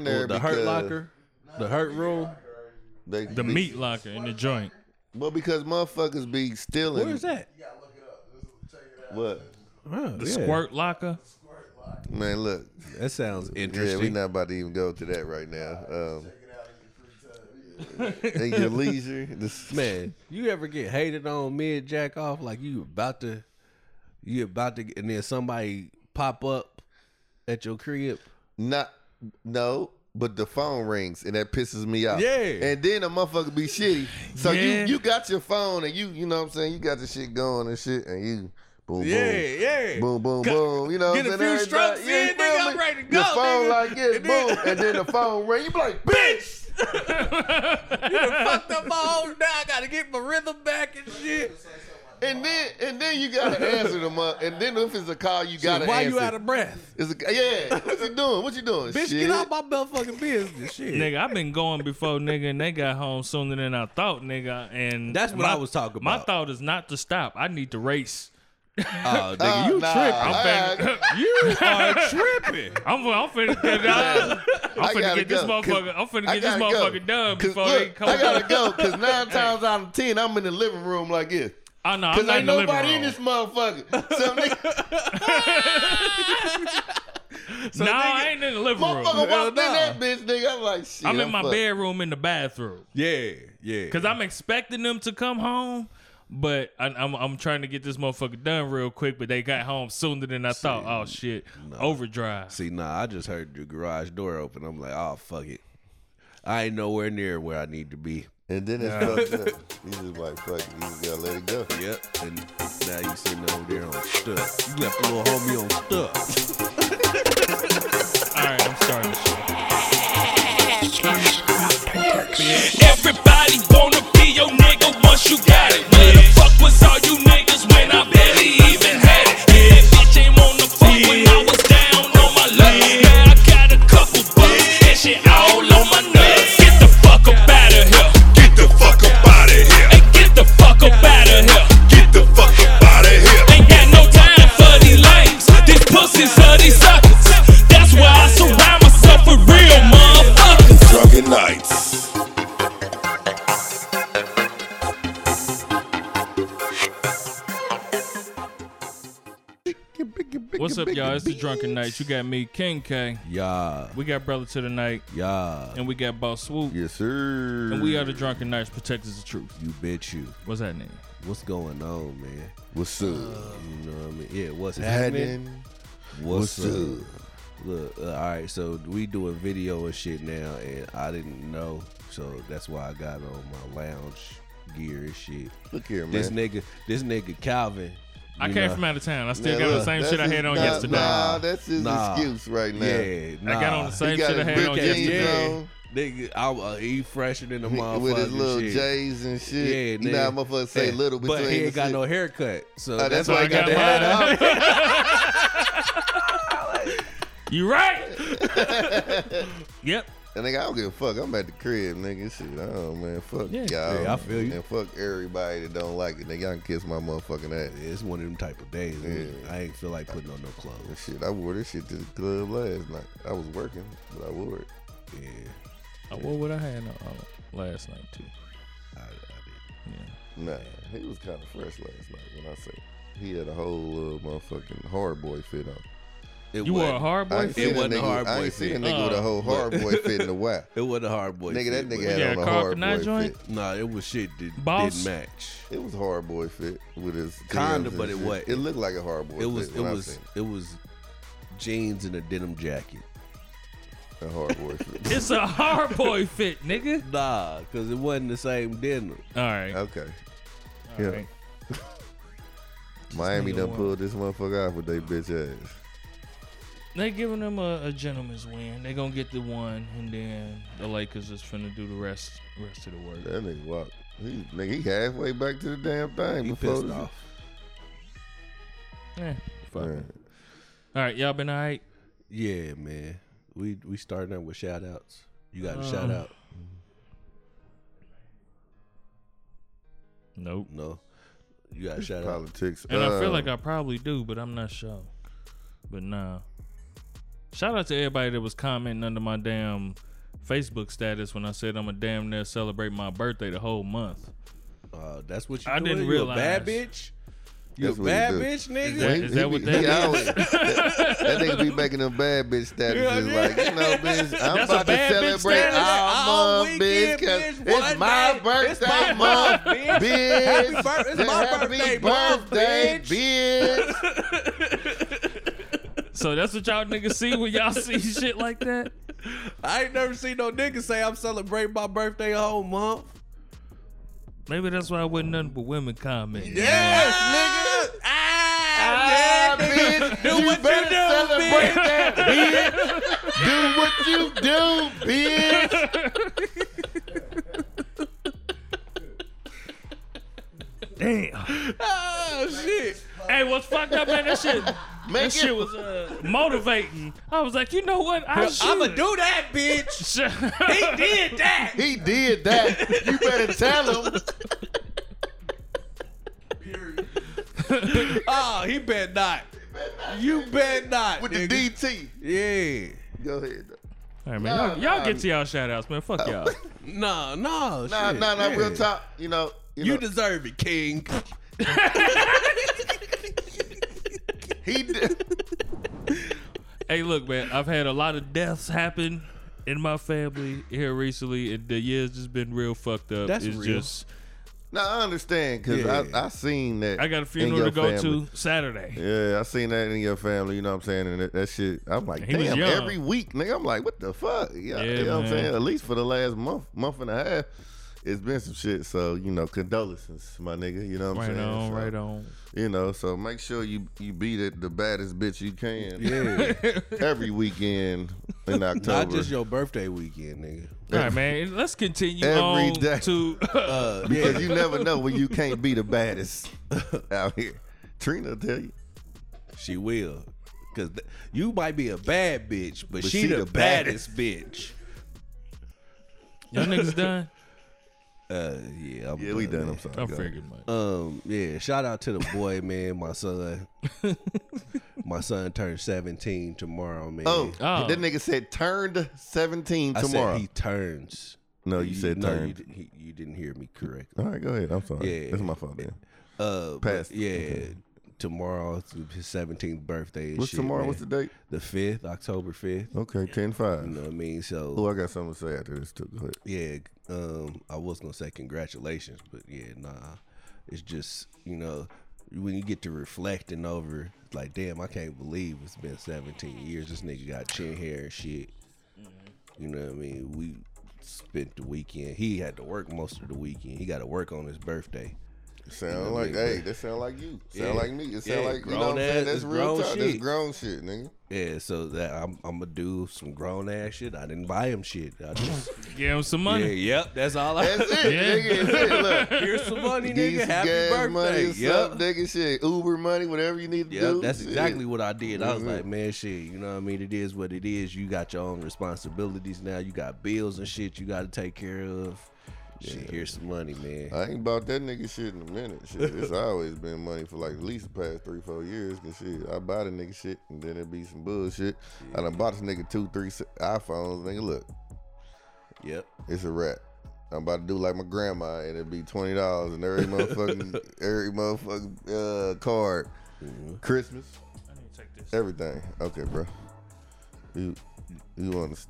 Oh, the Hurt because- Locker, the Hurt Rule, They, The be- meat locker in the joint. Well, because motherfuckers be stealing. where's that? What? Oh, The yeah. squirt locker. Man, look. That sounds Yeah, interesting. we not about to even go to that right now. Um, in your leisure, this Man, you ever get hated on mid jack off like you about to you about to and then somebody pop up at your crib? not no. But the phone rings and that pisses me off. Yeah. And then a motherfucker be shitty. So Yeah. you you got your phone and you you know what I'm saying you got the shit going and shit and you boom boom. yeah. Boom, boom, Got- boom. You know, get a what I'm few saying? strokes Everybody- you in, nigga, feel I'm me? ready to The go, phone nigga. like this, And boom, then- and then the phone ring. You be like, bitch. Fuck the phone now. I gotta get my rhythm back and shit. And then, and then you gotta answer them up. And then if it's a call, you gotta Why answer. you out of breath? It's a, yeah. What you doing? What you doing? Bitch, shit. get out my motherfucking business. Shit. Nigga, I've been going before, nigga, and they got home sooner than I thought, nigga. And That's what my- I was talking My about. thought is not to stop. I need to race. Oh, nigga, Oh, you nah. tripping. I- finna- You are tripping. I'm, I'm finna get, I'm I finna gotta get this go, 'cause motherfucker. I'm finna I get this gotta go. motherfucker done 'Cause before look, they come. I gotta go because nine times out of ten, I'm in the living room like this. I know. Oh, I'm Because not ain't in the living nobody in room. this motherfucker. So nigga, No, I ain't in the living room. motherfucker Hell walked in nah. that bitch, nigga. I'm like, shit. I'm in my fucked. bedroom in the bathroom Yeah, yeah. because I'm expecting them to come home. But I, I'm I'm trying to get this motherfucker done real quick. But they got home sooner than I thought. Oh shit! Overdrive. See, nah, I just heard the garage door open. I'm like, oh fuck it. I ain't nowhere near where I need to be. And then it's fucked up. He's just like, fuck it. You just gotta let it go. Yep. And now you sitting over there on stuff. You left little homie on stuff. All right, I'm starting. the show. Everybody wanna be your nigga once you got it. Where the fuck was all you niggas when I barely even had it? Yeah, that bitch ain't wanna fuck when I was down on my luck. Now I got a couple bucks and shit all on my nuts. Get the fuck up out of here. Get the fuck up out of here. Hey, get the fuck up out of here. Get the fuck up out of here. Ain't got no time for these lames. These pussies are these suckers. That's why I surround myself with real motherfuckers. Drunken nights. What's up, y'all? It's the Drunken Night. You got me, King K. Yeah, We got Brother to the Night, yeah. and we got Boss Swoop. Yes, sir. And we are the Drunken Knights, protectors of truth. You bitch you. What's happening? What's going on, man? Uh, What's up? You know what I mean? Yeah, what's happening? Happening. What's, What's up? Look, uh, all right, so we doing video and shit now, and I didn't know, so that's why I got on my lounge gear and shit. Look here, man. This nigga, this nigga Calvin. I you came know- from out of town. I Man, still got look, the same that's shit I his- had on nah, yesterday. Nah, that's his Nah. excuse right now. Yeah, nah. I got on the He same got shit I his had on big ass yesterday. on. Nigga, I uh, he fresher than a motherfucker. with his little shit. J's and shit. Yeah, you know how nigga. motherfuckers say Yeah, little between But he ain't the got shit. no haircut, so Uh, that's, that's why why I he got got, the hat on. that. You right? yep. And nigga, I don't give a fuck. I'm at the crib, nigga. Shit, oh man, fuck Yeah. y'all. Yeah, I feel you. And fuck everybody that don't like it. Nigga, y'all can kiss my motherfucking ass. It's one of them type of days. man. Yeah. I ain't feel like putting on no And clothes. shit, I wore this shit to the club last night. I was working, but I wore it. Yeah, I wore what I had on uh, last night too. I, I did. Nah, he was kind of fresh last night when I say he had a whole uh, motherfucking hard boy fit on. It You were wasn't- a hard I boy. ain't seen wasn't a nigga, hard I boy ain't seen a fit. nigga with a Oh. whole hard boy fit in a while. It wasn't a hard boy. Nigga, that fit, nigga but- had Yeah, on a Carl hard Kanai boy joint? fit. Nah, it was shit that Boss. didn't match. It was hard boy fit with his Kinda, Timbs and but it shit. wasn't. It looked like a hard boy. It was fit it when I was seen it was jeans and a denim jacket. it. a hard boy fit. It's a hard boy fit, nigga. Nah, cause it wasn't the same denim. All right. Okay, all yeah. right. Miami nigga done wild. pulled this motherfucker off with they bitch ass. They giving them a, a gentleman's win. They gonna get the one, and then the Lakers is finna do the rest rest of the work. That nigga walked. He, nigga, he halfway back to the damn thing He before pissed this. off. Eh, fuck. Man, All right, y'all been all right. Yeah, man. We we starting out with shout outs. You got a shout Um, out? Nope. No. You got a shout out? Politics. And I feel um, like I probably do, but I'm not sure. But nah. Shout out to everybody that was commenting under my damn Facebook status when I said I'm a damn near celebrate my birthday the whole month. Uh, that's what you. I doing? didn't you realize. A bad bitch. You a That's what he bad do. bitch, nigga. that- is that be- what that he is? always- that, that nigga be making them bad bitch statuses Yeah, yeah. like, you know, bitch, I'm That's a about to bad bitch celebrate status. All all month, bitch, weekend, 'cause bitch, one it's my day. birthday It's my month, month, bitch. bitch. Happy bir- it's my Happy birthday month, birthday, bitch. So that's what y'all niggas see when y'all see shit like that. I ain't never seen no nigga say I'm celebrating my birthday a whole month. Maybe that's why I wasn't nothing but women commenting. Yes, nigga. Ah, Ah, yeah, bitch, Do you what you better do, celebrate bitch. that, bitch. Do what you do, bitch. Damn. Oh shit. Hey, what's fucked up, man? That shit, that Make shit it. was uh, motivating. I was like, you know what? I should. I'ma do that, bitch. He did that. He did that. You better tell him. Oh, he bet not. You bet not. With the nigga. DT. Yeah. Go ahead. though. All right, man. y'all, Nah, y'all nah. get to y'all shout outs, man. Oh. Fuck y'all. No, no. Nah, shit, nah, nah. yeah. Real talk. You know. You, You know, deserve it, King. he did. hey, look, man. I've had a lot of deaths happen in my family here recently, and the year's just been real fucked up. That's it's real. just Now I understand because Yeah. I, I seen that. I got a in funeral your to go family. to Saturday. Yeah, I seen that in your family. You know what I'm saying? And that, that shit, I'm like, He was damn, young. every week, nigga. I'm like, what the fuck? Yeah, Yeah, you know what I'm man. saying? At least for the last month, month and a half, it's been some shit. So you know, condolences, my nigga. You know what Right I'm saying? on, So, right on. You know, so make sure you you beat it the baddest bitch you can. Yeah. every weekend in October. Not just your birthday weekend, nigga. All right, man. Let's continue Every on day. to Uh, yeah. because you never know when you can't be the baddest out here. Trina will tell you. She will. Cause th- you might be a bad bitch, but, she, the, baddest, bitch. y'all niggas done. Uh, yeah, I'm Yeah, we done. man. I'm sorry. I'm Go ahead. freaking much. Um, yeah, shout out to the boy, man, my son. my son turned 17 tomorrow, man. Oh, Oh. that nigga said turned 17 I tomorrow. said he turns. no, you said no, turned. You, didn't- he- you didn't hear me correctly. All right, go ahead. I'm sorry. Yeah. That's my fault, man. Uh, but Passed. yeah, Okay. tomorrow it's his 17th birthday. and What's shit, tomorrow? man. What's the date? the fifth, October 5th. Okay, 10 You 5. know what I mean? So Oh, I got something to say after this, too. Go ahead. yeah, um, I was gonna say congratulations, but yeah, nah. It's just you know when you get to reflecting over, it's like damn, I can't believe it's been 17 years. This nigga got chin hair and shit. You know what I mean? We spent the weekend. He had to work most of the weekend. He got to work on his birthday. Sound like, nigga. hey, that sound like you. Sound Yeah. like me. It sound Yeah, like, you know grown what I'm saying? ass- That's it's real grown talk. That's shit. grown shit, nigga. Yeah, so that I'm I'm gonna do some grown ass shit. I didn't buy him shit. I just Give him some yeah, money. yep. That's all I. That's it, Yeah. nigga. That's it. Look. Here's some money, Give you nigga. some Happy gas birthday. money, or yep. something, nigga, shit, Uber money, whatever you need to Yeah, do. that's shit. exactly what I did. I was Mhm. like, man, shit, you know what I mean? It is what it is. You got your own responsibilities now. You got bills and shit you got to take care of. Shit, here's some money, man. I ain't bought that nigga shit in a minute. Shit, it's always been money for like at least the past three, four years. Cause shit, I buy the nigga shit, and then it be some bullshit. I done bought this nigga two, three si- iPhones. Nigga, look, yep. it's a wrap. I'm about to do like my grandma, and it be twenty dollars in every motherfucking every motherfucking uh, card. Mm-hmm. Christmas, I need to take this. everything. Okay, bro. You you want to?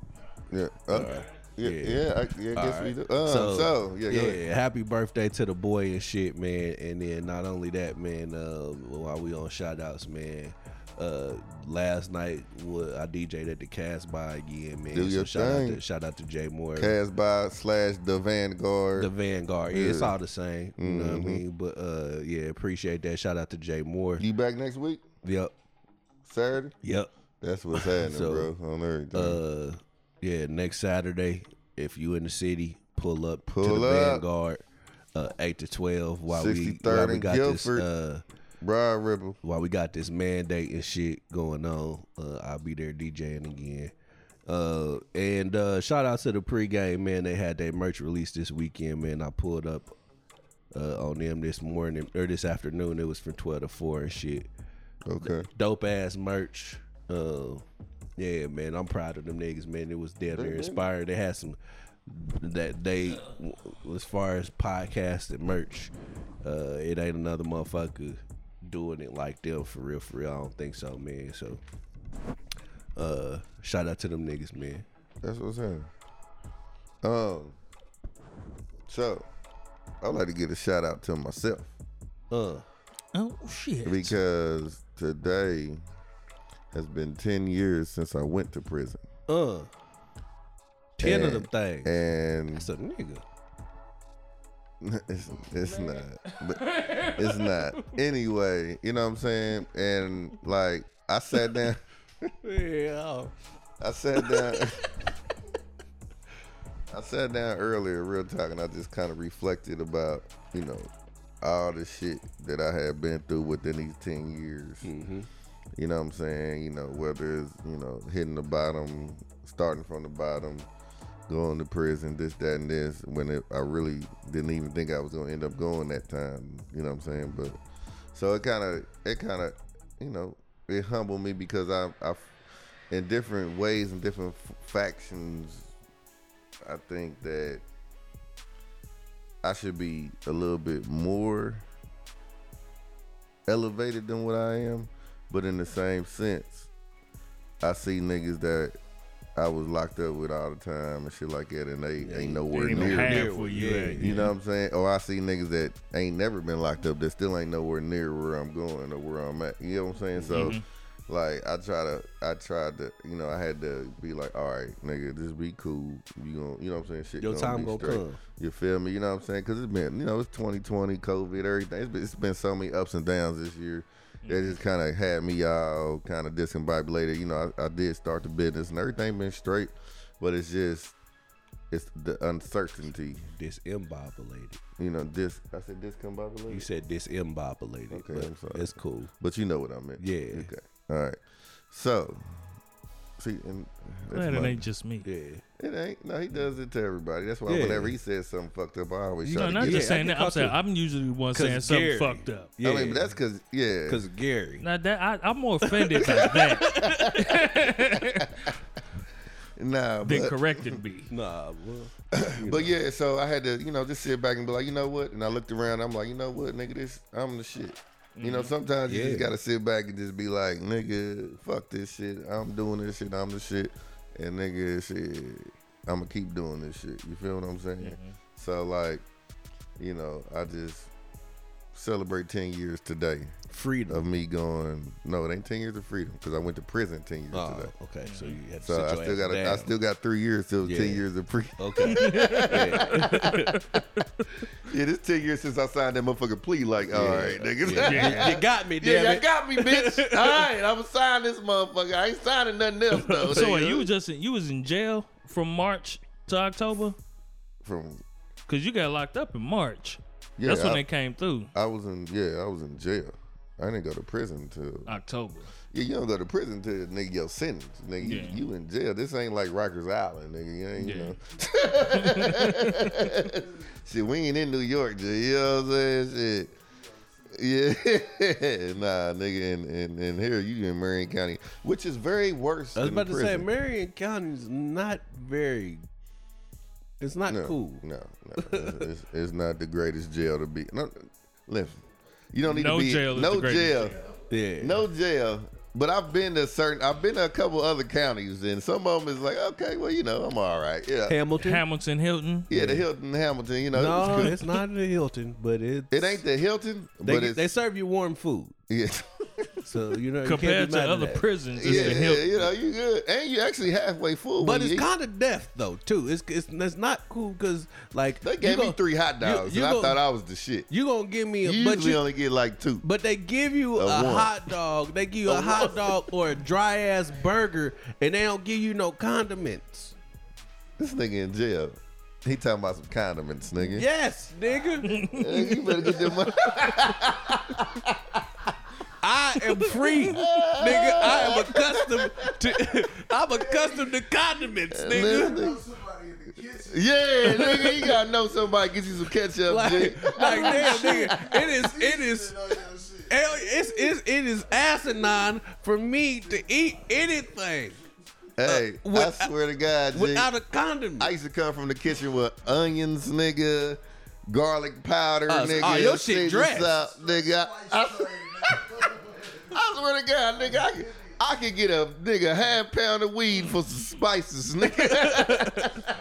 Yeah. Okay. Yeah, Yeah. yeah, I, yeah, I guess we Alright. do. Um, so, So, yeah, go yeah, ahead. happy birthday to the boy and shit, man. And then not only that, man, uh, while we on shout outs, man, uh, last night wa- I DJ'd at the cast by again, man. Do your shout out thing. to shout out to Jay Moore. Cast by slash the Vanguard. the Vanguard. Yeah, it's Yeah. Mm-hmm. all the same. You know what I mean? But uh yeah, appreciate that. Shout out to Jay Moore. You back next week, Yep. Saturday? Yep. That's what's happening, So, bro. On everything. Uh yeah, next Saturday, if you in the city, pull up to Pull the up. Vanguard. Uh, eight to twelve while we, while 63rd we and got this Guilford. uh Briar Ripple. while we got this mandate and shit going on, uh, I'll be there DJing again. Uh, and uh, shout out to the pregame man. They had their merch release this weekend, man. I pulled up uh, on them this morning or this afternoon. It was from twelve to four and shit. Okay. Dope ass merch. Uh, Yeah, man, I'm proud of them niggas, man. It was damn They near been- inspired. They had some that they, as far as podcast and merch, uh, it ain't another motherfucker doing it like them for real, for real. I don't think so, man. So, uh, shout out to them niggas, man. That's what's happening. Um, so I'd like to give a shout out to myself Uh, Oh shit. because today has been ten years since I went to prison, uh, ten of And- them things. and That's a nigga. it's, it's not, but it's not. Anyway, you know what I'm saying, and like I sat down. Yeah. I sat down. I sat down earlier, real talk, and I just kind of reflected about, you know, all the shit that I had been through within these 10 years. You know what I'm saying? You know, whether it's, you know, hitting the bottom, starting from the bottom, going to prison, this, that, and this, when it, I really didn't even think I was going to end up going that time. You know what I'm saying? But so it kind of, it kind of, you know, it humbled me because I, I, in different ways and different f- factions, I think that I should be a little bit more elevated than what I am. But in the same sense, I see niggas that I was locked up with all the time and shit like that, and they ain't nowhere Ain't no near. half where you Yeah, at. You know what I'm saying? Or I see niggas that ain't never been locked up that still ain't nowhere near where I'm going or where I'm at. You know what I'm saying? So Mm-hmm. like I try to I tried to you know, I had to be like, all right, nigga, just be cool. You gonna you know what I'm saying? Shit Your gonna time be gonna straight. come. You feel me? You know what I'm saying? Cause it's been you know, it's twenty twenty, COVID, everything. It's been, it's been so many ups and downs this year. That Mm-hmm. just kind of had me all kind of discombobulated. You know, I, I did start the business and everything been straight, but it's just, it's the uncertainty Disembobulated. you know, dis. I said discombobulated. You said disembobulated. Okay, but I'm sorry. It's cool. but you know what I meant. Yeah. Okay. All right. So, see, and that's Glad it my- ain't just me. Yeah. it ain't. No, he does it to everybody. That's why Yeah. whenever he says something fucked up, I always try No, to not get. just Yeah, I saying get that. I'm fucked saying up. I'm usually the one 'Cause saying something Gary. fucked up. Yeah. I mean, but that's because yeah, Cause Gary. Now that I, I'm more offended by that nah, than but, corrected me. Nah, well, but yeah. So I had to, you know, just sit back and be like, you know what? And I looked around. I'm like, you know what, nigga, this I'm the shit. You know, sometimes you Mm-hmm. Yeah. just gotta sit back and just be like, nigga, fuck this shit. I'm doing this shit. I'm the shit. And nigga, shit, I'ma keep doing this shit. You feel what I'm saying? Mm-hmm. So like, you know, I just celebrate 10 years today freedom. of me going. No, it ain't 10 years of freedom because I went to prison 10 years Oh, today. okay. So you had to So I sit your still ass got down. I still got three years till Yeah. 10 years of pre. okay. Yeah, this 10 years since I signed that motherfucking plea. Like, all right, nigga. Yeah. You- you got me, damn Yeah, you it. got me, bitch. All right, I'm gonna sign this motherfucker. I ain't signing nothing else, though. So are nigga. you was just in, you was in jail from March to October From, because you got locked up in March. yeah, That's when I, they came through I was in, yeah, I was in jail. I didn't go to prison till. October. Yeah, you don't go to prison till nigga your sentence, nigga. You- Yeah. You, in jail. This ain't like Rikers Island, nigga. You ain't, you Yeah. know. Shit, we ain't in New York, G. You know what I'm saying? Shit. Yeah, nah, nigga, and, and, and here you in Marion County, which is very worse. I was than about to say, prison. Marion County's not very. It's not no, cool. No, no, it's, it's, it's not the greatest jail to be. No, listen, you don't need No to be jail is no the greatest jail. Yeah. No jail. But I've been to certain. I've been to a couple other counties, and some of them is like, okay, well, you know, I'm all right. Yeah, Hamilton. Hamilton Hilton. yeah, the Hilton Hamilton. You know, no, it's good. it's not the Hilton, but it. it ain't the Hilton, They, but get- it's they serve you warm food, yeah, so you know you can't be Compared mad to at other that. prisons, it's yeah, the Hilton. you know, you good, and you actually halfway full. But when you it's eat. kind of death though too. It's it's, it's not cool because like They you gave me gon- three hot dogs, you and gon- I thought I was the shit. You gonna give me a You but usually you, only get like two. But they give you a, one. hot dog. They give you a, A hot one. dog or a dry ass burger, and they don't give you no condiments. This nigga in jail. He talking about some condiments, nigga. Yes, nigga, Nigga, you better get your money. I am free, nigga. I am accustomed to. I'm accustomed to condiments, Listen, nigga. nigga. Yeah, nigga, you gotta know somebody get you some ketchup. Like, G. like damn, nigga. It is. It is. hell, It's, it's, it is asinine for me to eat anything. Hey, Uh, with- I swear to God, G, I without a condom. used to come from the kitchen with onions, nigga, garlic powder, Uh, nigga. oh, your shit Caesar dressed. salt, nigga. I, I swear to God, nigga, I could, I could get a nigga half pound of weed for some spices, nigga.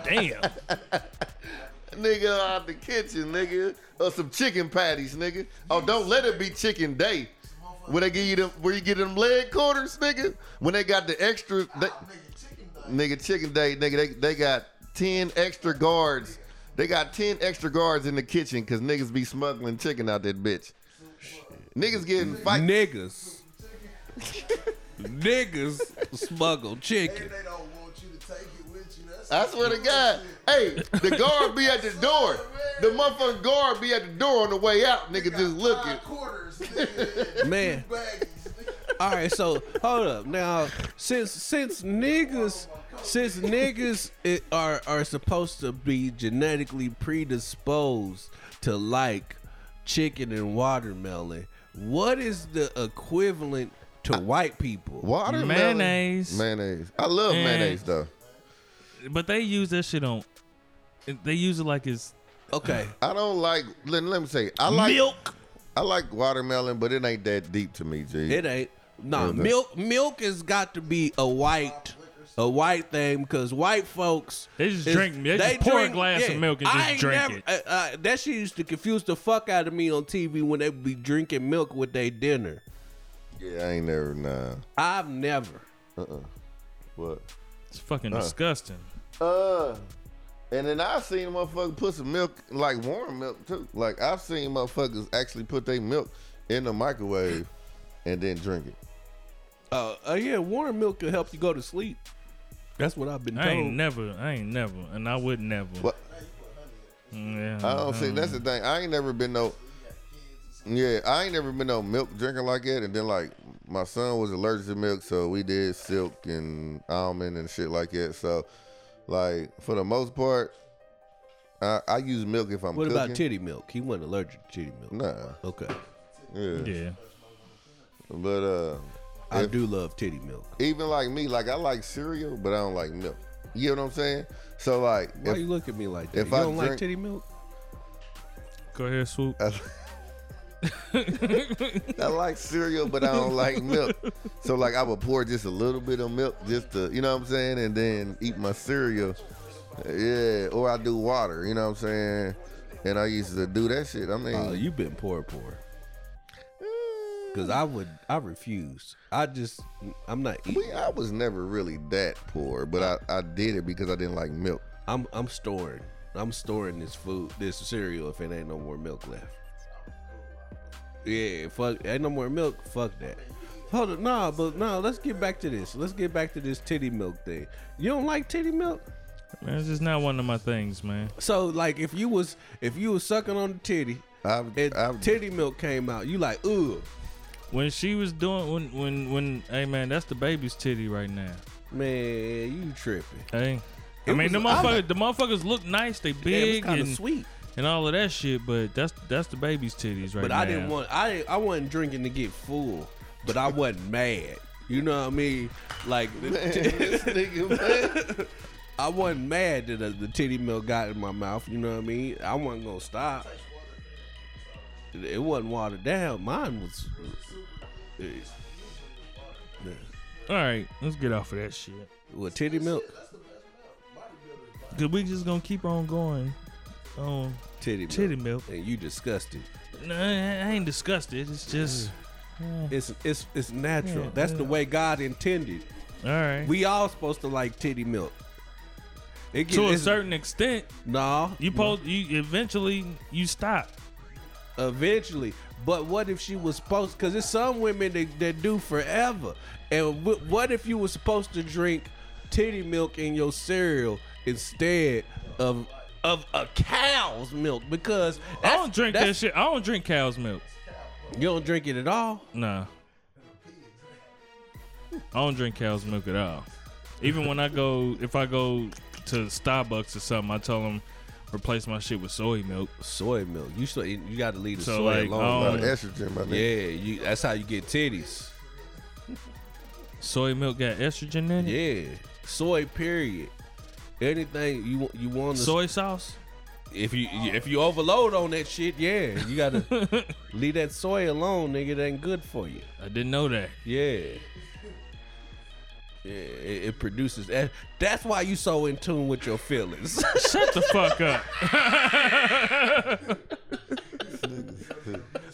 Damn. nigga out the kitchen, nigga, or some chicken patties, nigga. Oh, don't let it be chicken day. When they give you them, where you get them leg quarters, nigga. When they got the extra, they, nigga, chicken day, nigga, they they got ten extra guards. They got ten extra guards in the kitchen because niggas be smuggling chicken out that bitch. Niggas getting fight. Niggas. Niggas smuggle chicken. They don't want you to take it with you. That's I swear to God, hey, the guard be at the door. The motherfucking guard be at the door on the way out. Nigga just looking. five quarters, nigga, Man. and baggies, nigga. All right, so hold up now. Since since niggas since niggas i- are are supposed to be genetically predisposed to like chicken and watermelon, what is the equivalent to white people? Watermelon. Mayonnaise. Mayonnaise. I love And- mayonnaise though. But they use that shit on. They use it like it's. Okay, I don't like. Let, let me say, I like milk. I like watermelon, but it ain't that deep to me, G. It ain't. Yeah, Nah, that's- milk milk has got to be a white a white thing because white folks They just is- drink- they just pour a glass of milk and I just ain't drink never- it. uh, uh, that shit used to confuse the fuck out of me on TV when they be drinking milk with their dinner. yeah, I ain't never nah. I've never. What? It's fucking disgusting. Uh, and then I seen motherfucker put some milk, like warm milk too. Like I've seen motherfuckers actually put their milk in the microwave and then drink it. Uh, uh, yeah, warm milk can help you go to sleep. That's what I've been I ain't told. never. I ain't never. And I would never. Mm, But Yeah. I don't see. That's the thing. I ain't never been no. Yeah, I ain't never been no milk drinker like that. And then like my son was allergic to milk, so we did silk and almond and shit like that. So like for the most part, I, I use milk if I'm What cooking. about titty milk? He wasn't allergic to titty milk. Nah, Okay, yeah. Yeah. But uh, I If- do love titty milk. even like me, like I like cereal, but I don't like milk. You know what I'm saying? So like, Why if, you look at me like that? if you I don't like drink- titty milk? Go ahead, swoop. I like cereal, but I don't like milk. So like I would pour just a little bit of milk just to, you know what I'm saying, and then eat my cereal. Yeah, or I do water, you know what I'm saying? And I used to do that shit. I mean, Oh, you've been poor, poor. Cause I would, I refuse. I just, I'm not eating. we, I was never really that poor, but I, I did it because I didn't like milk. I'm, I'm storing. I'm storing this food, this cereal. If it ain't no more milk left. Yeah, fuck. Ain't no more milk. Fuck that. Hold up, nah, but nah. Let's get back to this. Let's get back to this titty milk thing. You don't like titty milk, Man, it's just not one of my things, man. so like if you was if you was sucking on the titty I've, and I've titty milk came out, you like ugh, When she was doing when when when hey man, that's the baby's titty right now. man, you tripping. Hey. I It mean, the was- I- motherfuckers, the motherfuckers look nice. They Yeah, it was big kind of and, sweet. and all of that shit, but that's that's the baby's titties right But now. I didn't want I didn't, I wasn't drinking to get full, but I wasn't mad. You know what I mean? Like this nigga, man. I wasn't mad that the, the titty milk got in my mouth. You know what I mean? I wasn't gonna stop. It, it wasn't watered down. Mine was. eh, All right, let's get off of that shit. Well, titty milk, Cause we just gonna keep on going Um, on titty milk, titty milk. and you disgusted. No, I ain't disgusted. It's just It's it's it's natural. Yeah, That's the yeah. way God intended. all right. We all supposed to like titty milk. It to a it's- certain extent, nah, you post. You eventually you stop. eventually. But what if she was supposed? Because there's some women that, that do forever. And w- what if you were supposed to drink titty milk in your cereal instead of of a cow's milk? Because I that's- don't drink that that's- shit. I don't drink cow's milk. You don't drink it at all. Nah. I don't drink cow's milk at all. Even when I go, if I go to Starbucks or something, I tell them replace my shit with soy milk. Soy milk. You so you got to leave the So, soy like, alone. Lot um, of estrogen, my nigga. yeah, you, that's how you get titties. Soy milk got estrogen in it. Yeah, soy. Period. Anything you wa- you want to Soy sauce. if you if you overload on that shit, yeah, you gotta leave that soy alone, nigga. It ain't good for you. I didn't know that. Yeah. Yeah, it, it produces that. That's why you so in tune with your feelings. Shut the fuck up.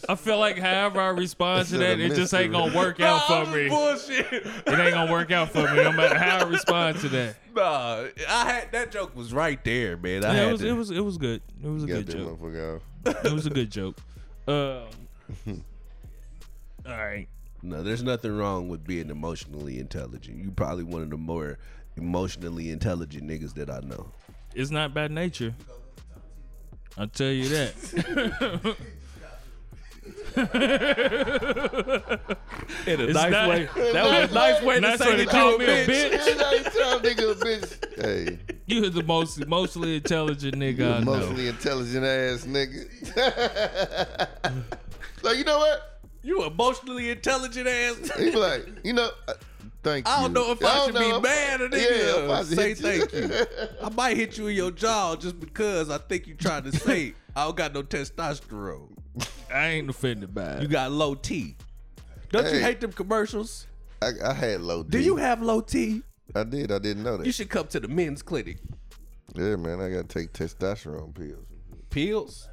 I feel like however I respond to that, it just ain't gonna work out for me. Oh, It Bullshit. ain't gonna work out for me, no matter how I respond to that. Nah, I had that joke was right there, man. I Yeah, had it was to- it was it was good. It was a Got good that joke. motherfucker out. It was a good joke. Um, all right. No, there's nothing wrong with being emotionally intelligent. You probably one of the more emotionally intelligent niggas that I know. It's not by nature. I'll tell you that. In a It's nice not- way- That was a nice way That's why they call me a bitch. Everybody tell nigga a bitch. Hey, You the most mostly intelligent nigga I know. mostly intelligent ass nigga. so you know what? You emotionally intelligent ass. He be like, you know, uh, thank I you. don't know if I, don't should know. be mad or Yeah, nigga. if I should say hit thank you. I might hit you in your jaw just because I think you trying to say I don't got no testosterone. I ain't offended by it. You got low T. Don't you Hey. hate them commercials? I, I had low D. Do you have low T? I did. I didn't know that. You should come to the men's clinic. yeah, man. I gotta take testosterone pills. Pills?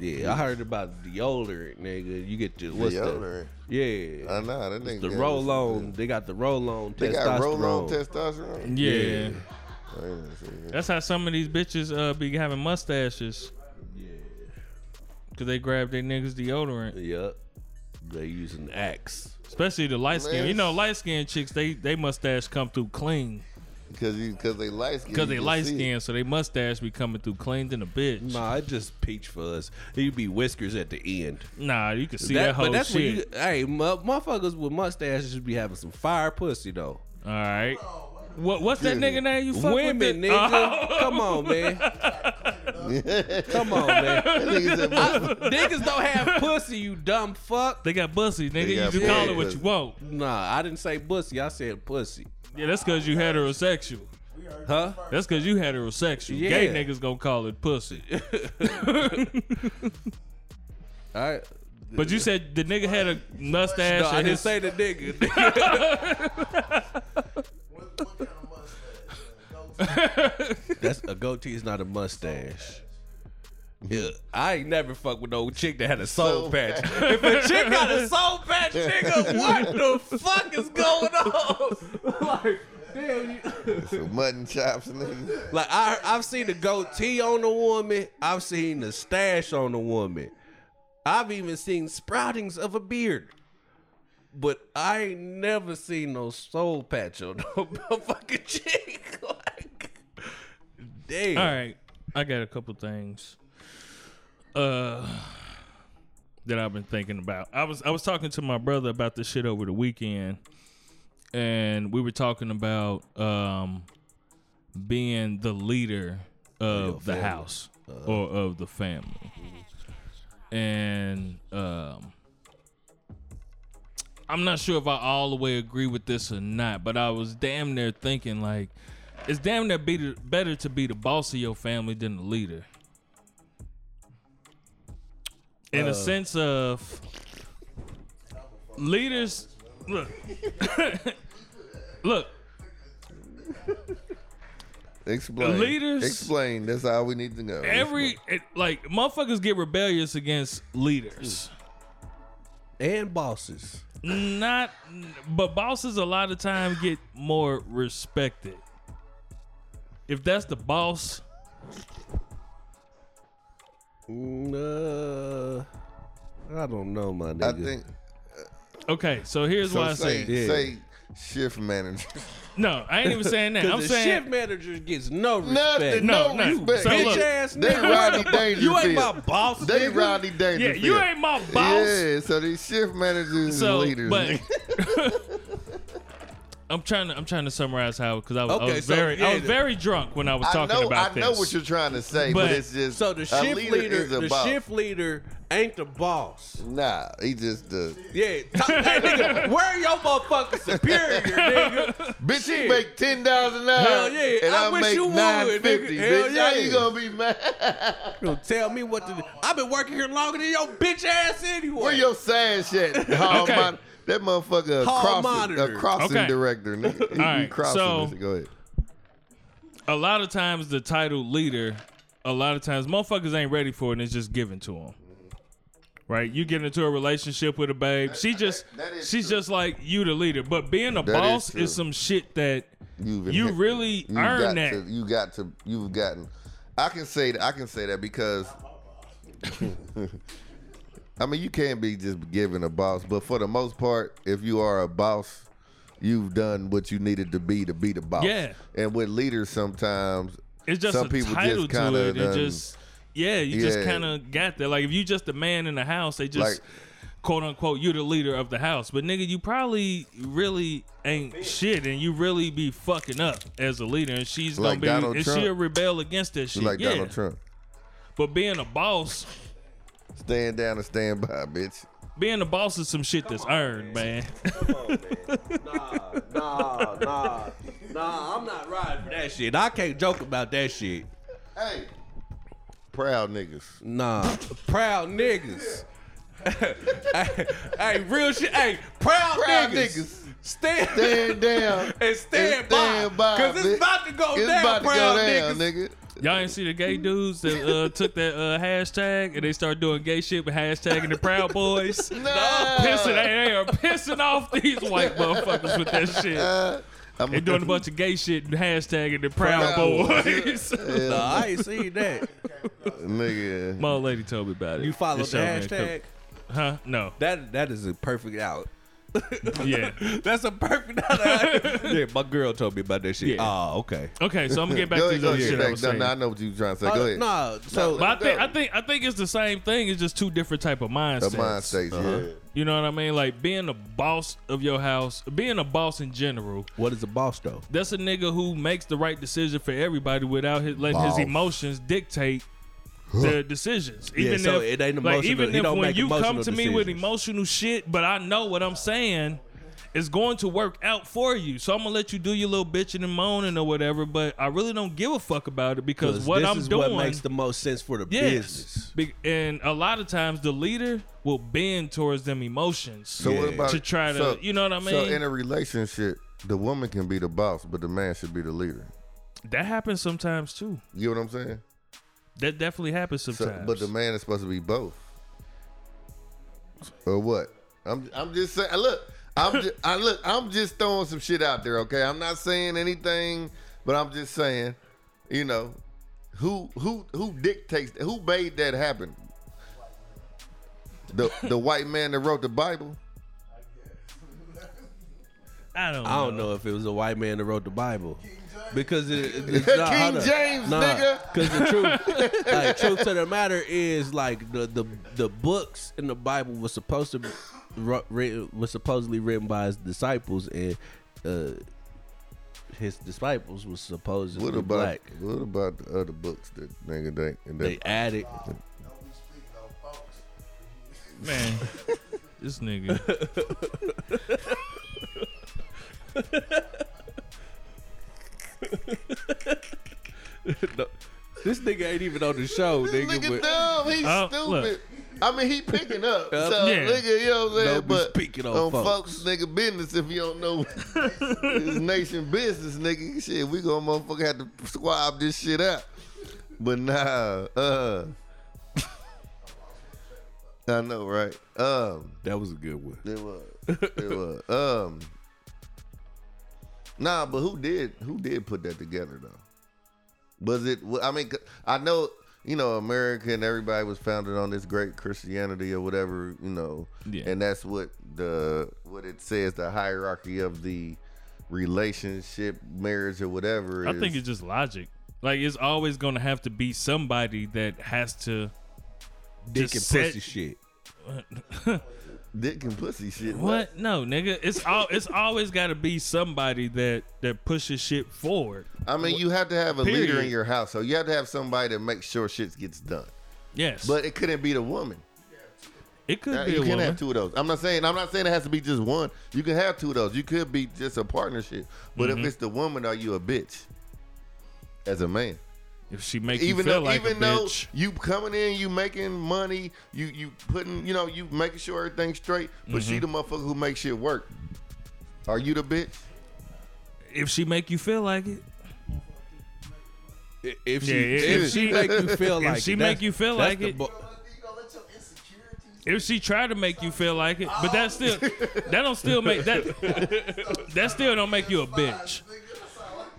Yeah, I heard about deodorant, nigga. You get your what's Deodorant. Uh, the yeah. I know. That nigga. the got roll on, some- they got the roll on They testosterone. got roll on testosterone. Yeah. Yeah. I didn't see that. That's how some of these bitches uh, be having mustaches. Cause they grab their niggas deodorant, Yep. They using axe. especially the light skin. You Man. know, light skin chicks, they they mustache come through clean, Because you, because they light skin. cause you they can light see it. skin, so they mustache be coming through clean than a bitch. Nah, Nah, it just peach for us. You be whiskers at the end. you can see that, whole when shit. you. Hey, mu- motherfuckers with mustaches should be having some fire pussy though. All right, what what's that nigga name you fuck Women, with? Oh. nigga, come on, man. come on, man. Nigga said, "Must- Niggas don't have pussy, you dumb fuck. They got bussy, nigga. They You got just call it big what you pussy. want. Nah, I didn't say pussy. I said pussy. Yeah, that's cause you heterosexual. Huh? That's cause you heterosexual. Yeah. Gay niggas gonna call it pussy. All right. But you said the nigga had a mustache. No, I didn't and his- say the nigga. What, what kind of mustache? man? Goatee? That's a goatee is not a mustache. Yeah, I ain't never fuck with no chick that had a soul Soul patch. if a chick got a soul patch, nigga, what the fuck is going on? like, damn, you, Some mutton chops, nigga. like I, I've seen the goatee on a woman. I've seen the stash on a woman. I've even seen sproutings of a beard. But I ain't never seen no soul patch on no motherfucking chick. like, damn. All right, I got a couple things. Uh, that I've been thinking about. I was I was talking to my brother about this shit over the weekend, and we were talking about um being the leader of the house or of the family, and um. I'm not sure if I all the way agree with this or not, but I was damn near thinking like, it's damn near be the, better to be the boss of your family than the leader. In a sense of leaders, look, look, Explain. Leaders- Explain. That's all we need to know. every it, like motherfuckers get rebellious against leaders. And bosses. Not, but bosses a lot of time get more respected. If that's the boss, Mm, uh, I don't know, my I nigga. think. okay. So here's So why I say, say, Yeah. say shift manager. no. I ain't even saying that. 'Cause I'm the saying shift manager gets no respect. Nothing. No, No, No, no. respect. So bitch look, ass they nigga. Rodney Dangerfield. you ain't my boss. They nigga. Rodney Yeah, Dangerfield. you ain't my boss. Yeah, so these shift managers so, and leaders. but I'm trying to I'm trying to summarize how because I was, I Okay, was so, very I was yeah. very drunk when I was talking I know, about I this. know what you're trying to say, but, But- it's just So the a shift leader, leader, is the about shift leader ain't the boss. nah. He just the Yeah, Top- hey, nigga, where your motherfucking superior, nigga? bitch. He Shit. make ten dollars an hour, Hell yeah, and I I, wish make you would, nine fifty. nigga. Hell Bitch, how yeah. you gonna be mad? You gonna tell me what to do? I've been working here longer than your bitch ass anyway. Where your sad shit? Hall Okay. mon- that motherfucker a Hall crossing, monitor. a crossing Okay. director. Nigga. He, All he right, crossing so- this- Go ahead. a lot of times the title leader, a lot of times motherfuckers ain't ready for it and it's just given to them. Right? You get into a relationship with a babe. She just that is she's true. just like you the leader. But being a That is boss true. is some shit that You've You inhe- really you've earned got that. To, you got to. You've gotten. I can say that. I can say that because. I mean, you can't be just given a boss, but for the most part, if you are a boss, you've done what you needed to be to be the boss. Yeah. And with leaders, sometimes it's just some a people title just to kind of it. It just yeah, you just Yeah. kind of got there. Like if you just the man in the house, they just Like- quote unquote you the leader of the house. But nigga, you probably really ain't shit, and you really be fucking up as a leader. And she's Like gonna Donald be, and Trump. she'll rebel against that shit. like yeah. Donald Trump. But being a boss, Stand down and stand by, bitch. being a boss is some shit that's earned, man. nah, nah, nah, nah. I'm not riding for that shit. I can't joke about that shit. Hey, proud niggas. Nah, proud niggas. hey, hey, real shit. Hey, proud, Proud niggas. niggas. Stand, Stand down and stand, stand by, by, because it's bitch. about to go It's down, about to go proud down, niggas. nigga. Y'all ain't see the gay dudes that uh, took that uh, hashtag and they start doing gay shit with hashtagging the Proud Boys. Nah. pissing. Uh. They, they are pissing off these white motherfuckers with that shit. Uh, I'm They doing a bunch of gay shit and hashtagging the Proud Proud Boys. Nah, I ain't seen that. nigga. My old lady told me about it. You follow Just the showed me a hashtag? couple- Huh? No. That that is a perfect out. Yeah. That's a perfect out. yeah, my girl told me about that shit. Yeah. Oh, okay. Okay, so I'm gonna get back Go to ahead, the go other shit I ahead. was No, saying. no, I know what you're trying to say. Go Uh, ahead. Nah, so But I think Go. I think I think it's the same thing. It's just two different type of The mindsets. mind states, Uh-huh. yeah. You know what I mean? Like being a boss of your house, being a boss in general. what is a boss though? That's a nigga who makes the right decision for everybody without his, letting Boss. his emotions dictate the decisions. Yeah, Even so if it ain't like, emotional- even he if don't when make you come to emotional me with decisions. emotional shit, but I know what I'm saying is going to work out for you. So I'm gonna let you do your little bitching and moaning or whatever, but I really don't give a fuck about it because what this I'm is doing what makes the most sense for the Yes. business. Be- and a lot of times the leader will bend towards them emotions. So what about To try to- you know what I So mean? in a relationship, the woman can be the boss, but the man should be the leader. that happens sometimes too. You know what I'm saying? That definitely happens So, sometimes. but the man is supposed to be both, or what? I'm I'm just saying. Look, I'm just, I look. I'm just throwing some shit out there. Okay, I'm not saying anything, but I'm just saying, you know, who who who dictates? Who made that happen? The the white man that wrote the Bible. I don't. I don't know if it was a white man that wrote the Bible. Because it, it- it's not, King hold up. James, nah, nigga. Because the truth, like, truth to the matter is, like the the the books in the Bible was supposed to be wr- written, was supposedly written by his disciples, and uh, his disciples was supposedly What about black. what about the other books that nigga they, that They added. Man, this nigga. This nigga ain't even on the show, This nigga. nigga but dumb. He's Oh, stupid. look. I mean, he picking up. Up, So, yeah. nigga, you know what I'm saying? Don't be but speaking on on folks. folks. nigga, business, if you don't know this nation business, nigga, shit, we gonna motherfucker have to squab this shit out. But nah, uh, I know, right? Um, that was a good one. it was, it was. Um, nah, but who did who did put that together though? Was it? wa- I mean, 'cause I know you know America and everybody was founded on this great Christianity or whatever you know, Yeah. and that's what the what it says the hierarchy of the relationship, marriage or whatever. I is- think it's just logic. Like it's always gonna have to be somebody that has to Dick Just and said- pussy shit. dick and pussy shit. What? No, nigga. It's all. It's always got to be somebody that that pushes shit forward. I mean, you have to have a leader in Period. your house, so you have to have somebody that makes sure shit gets done. Yes, But it couldn't be the woman. it could Now, be you a can woman. have two of those. I'm not saying I'm not saying it has to be just one. You can have two of those. You could be just a partnership. But Mm-hmm. if it's the woman, are you a bitch? As a man, if she make you even feel though like even a though bitch, you coming in, you making money, you you putting you know you making sure everything's straight. But she the Mm-hmm. motherfucker who makes shit work. Are you the bitch? if she make you feel like it, I- If she, Yeah, if, if she she- make you feel if like she it, make that's- you feel that's like the it. bo- You gonna let your insecurities if she try to make you feel like it, but that still that don't still make that that still don't make you a bitch.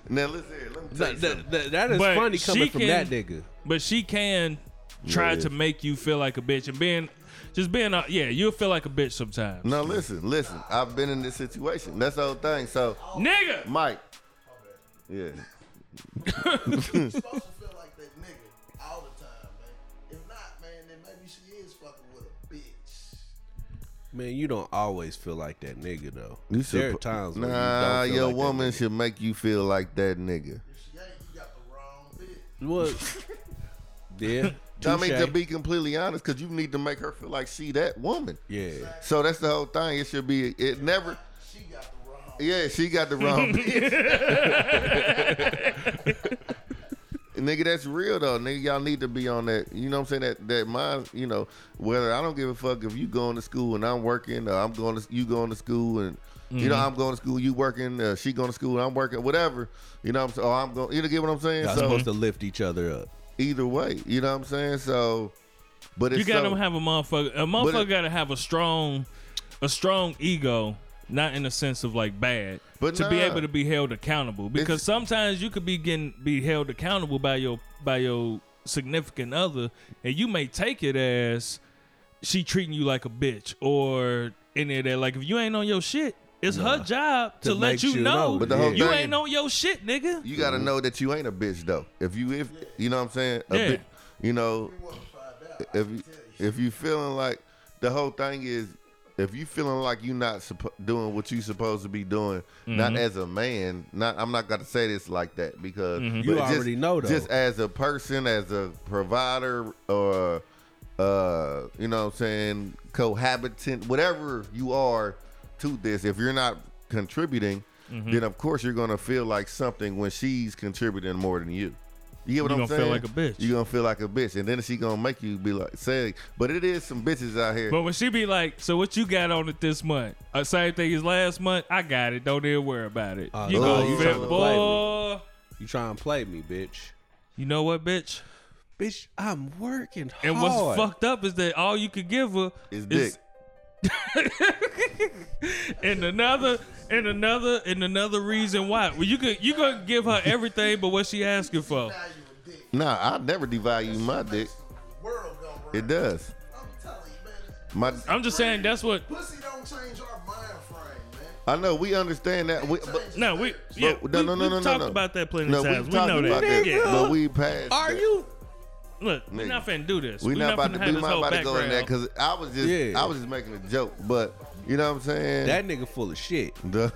Now listen here. Let me tell you that, something. that- that- that is But funny she coming from can- that nigga. But she can try Yeah. to make you feel like a bitch and being just being a, yeah, you'll feel like a bitch sometimes. No, listen, listen. I've been in this situation. That's the whole thing. So, Nigga, Mike. Yeah. supposed to feel like that nigga all the time, man. If not, man, then maybe she is fucking with a bitch. Man, you don't always feel like that nigga though. You there are suppo- times when Nah, you don't feel your like that woman nigga. should make you feel like that nigga. If she ain't, you got the wrong bitch. Well, yeah. I mean, to touche. be completely honest, because you need to make her feel like she that woman. yeah. So that's the whole thing. It should be. It never. She got the wrong. Yeah, she got the wrong bitch. nigga, that's real though. Nigga, y'all need to be on that. You know what I'm saying? That that mind. You know, whether I don't give a fuck if you going to school and I'm working, or I'm going to you going to school and. You Mm-hmm. know, I'm going to school. You working? Uh, she going to school. I'm working. Whatever. You know, what I'm saying. Oh, I'm going. You know, get what I'm saying? Y'all so supposed to lift each other up. either way, you know what I'm saying. So, but it's you gotta so, have a motherfucker. A motherfucker it- gotta have a strong, a strong ego, not in the sense of like bad, But to be nah. able to be held accountable. Because It's- sometimes you could be getting be held accountable by your by your significant other, and you may take it as she treating you like a bitch or any of that. Like if you ain't on your shit, it's her job to, To let make you sure- know no, But the whole you thing- ain't on your shit, nigga. You Mm-hmm. gotta know that you ain't a bitch though. If you if you know what I'm saying, a Yeah. bit, you know, if you, if you feeling like the whole thing is, if you feeling like you not suppo- doing what you supposed to be doing, Mm-hmm. not as a man, not I'm not gonna say this like that because Mm-hmm. You but just- already know, though. Just as a person, as a provider, or uh, you know what I'm saying, cohabitant, whatever you are to this, if you're not contributing, Mm-hmm. then of course you're gonna feel like something when she's contributing more than you. You get what You I'm gonna feel saying? like a bitch. You're gonna feel like a bitch, and then she gonna make you be like, say, but it is some bitches out here. But when she be like, "So what you got on it this month? Uh, same thing as last month. I got it. Don't even worry about it. Oh, you no, know, Ah, you boy. tryna You try and play me, bitch. You know what, bitch? Bitch, I'm working hard. And what's fucked up is that all you could give her It's dick. is and another and another and another reason why. Well, you could you gonna give her everything, but what she asking for? Now you a dick. Nah, I never devalue my dick. World gonna run. It does. I'm telling you, man. My, I'm just saying that's what. Pussy don't change our mind frame, man. I know we understand that. We, but, No, we yeah, But- no, we, no, no, we've no, no, talked no. about that plenty No, of we times. We, talked know about that, that. Yeah. but we passed. Are that. you? Look, we Nigga. not finna do this. We not about finna to. have We this not whole about to go in that background. because I was just. Yeah. I was just making a joke, but you know what I'm saying. That nigga full of shit. The-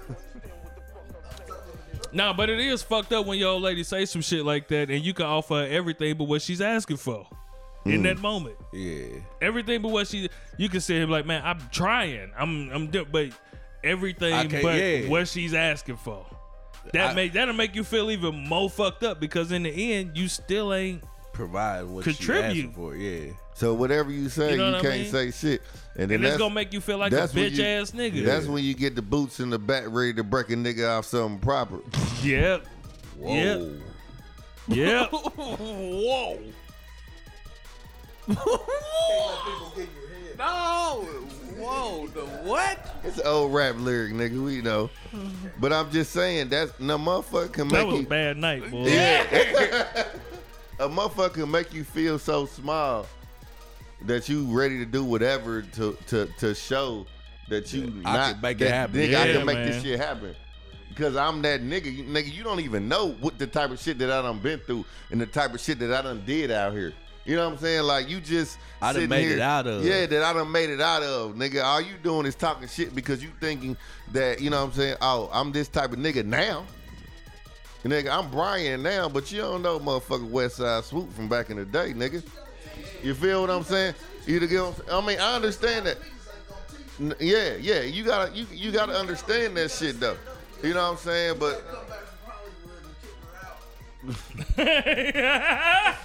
Nah, but it is fucked up when your old lady say some shit like that, and you can offer her everything but what she's asking for in that moment. Yeah. Everything but what she, you can sit here like, man, I'm trying, I'm, I'm, di-, but I everything can't- but yeah. what she's asking for. That I- make that'll make you feel even more fucked up because in the end, you still ain't. Provide what Contribute. she asking for. Yeah. so whatever you say, you, You know what I can't say mean? shit, and then And it's that's gonna make you feel like a that's when bitch you- ass nigga. that's when you get the boots in the back ready to break a nigga off something proper. yep, Whoa. Yep. yep. Whoa. no. Whoa. The what? It's an old rap lyric, nigga. We know, but I'm just saying that's no motherfucker can Mm-hmm. that make was a you. bad night, boy. a motherfucker can make you feel so small that you ready to do whatever to to to show that you I not can make it that happen. Nigga, I Yeah, can make this man. shit happen. Cause I'm that nigga, You- nigga. You don't even know what the type of shit that I done been through and the type of shit that I done did out here. You know what I'm saying? Like you just I done sitting made here- it out of. Yeah, that I done made it out of, nigga. All you doing is talking shit because you thinking that, you know what I'm saying, oh, I'm this type of nigga now. Nigga, I'm Brian now, but you don't know motherfucking West Side Swoop from back in the day, nigga. You feel what I'm saying? You to get what I'm- I mean, I understand that. N- Yeah, yeah. You gotta you you gotta understand that shit though. You know what I'm saying? But Come back from Hollywood and kick her out.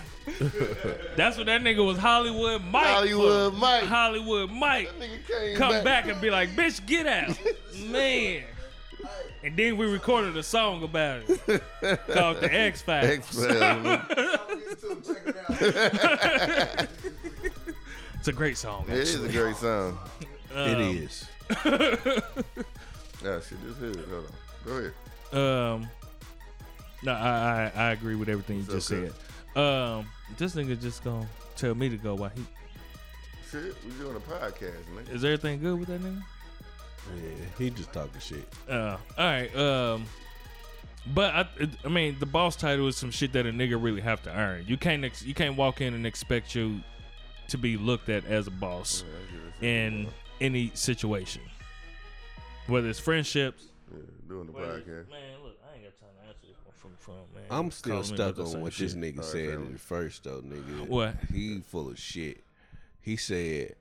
That's what that nigga was Hollywood Mike. for. Hollywood Mike. Hollywood Mike. nigga came Come back. back. and be like, bitch, get out. Man. And then we recorded a song about it called The X X Files. Files. It's a great song. it is a great song. Um, It is. Yeah, shit, this is. Hold on. Go ahead. Um, no, I, I I agree with everything you just okay. said. Um, this nigga just gonna tell me to go. Why he Shit, we doing a podcast, nigga. is everything good with that nigga? Yeah, he just talking shit. Uh, all right. Um, but I, I mean, the boss title is some shit that a nigga really have to earn. You can't, ex- you can't walk in and expect you to be looked at as a boss in any situation, whether it's friendships. Yeah, doing the podcast. Man, look, I ain't got time to answer this one from from man. I'm still Calling me stuck about the on same what shit. this nigga said family. at first though, nigga. What? He full of shit. He said,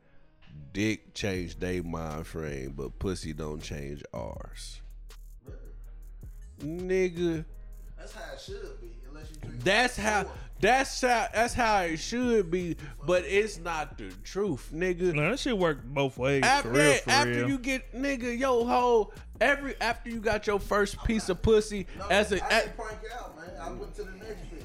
"Dick changed they mind frame, but pussy don't change ours." Nigga, That's how it should be, unless you drink. that's how that's how that's how it should be, but it's not the truth, nigga. No, that shit worked both ways. After for real, that, for after real. you get nigga yo whole every after you got your first piece of pussy as a I at- didn't prank it out, man. I went to the next bit.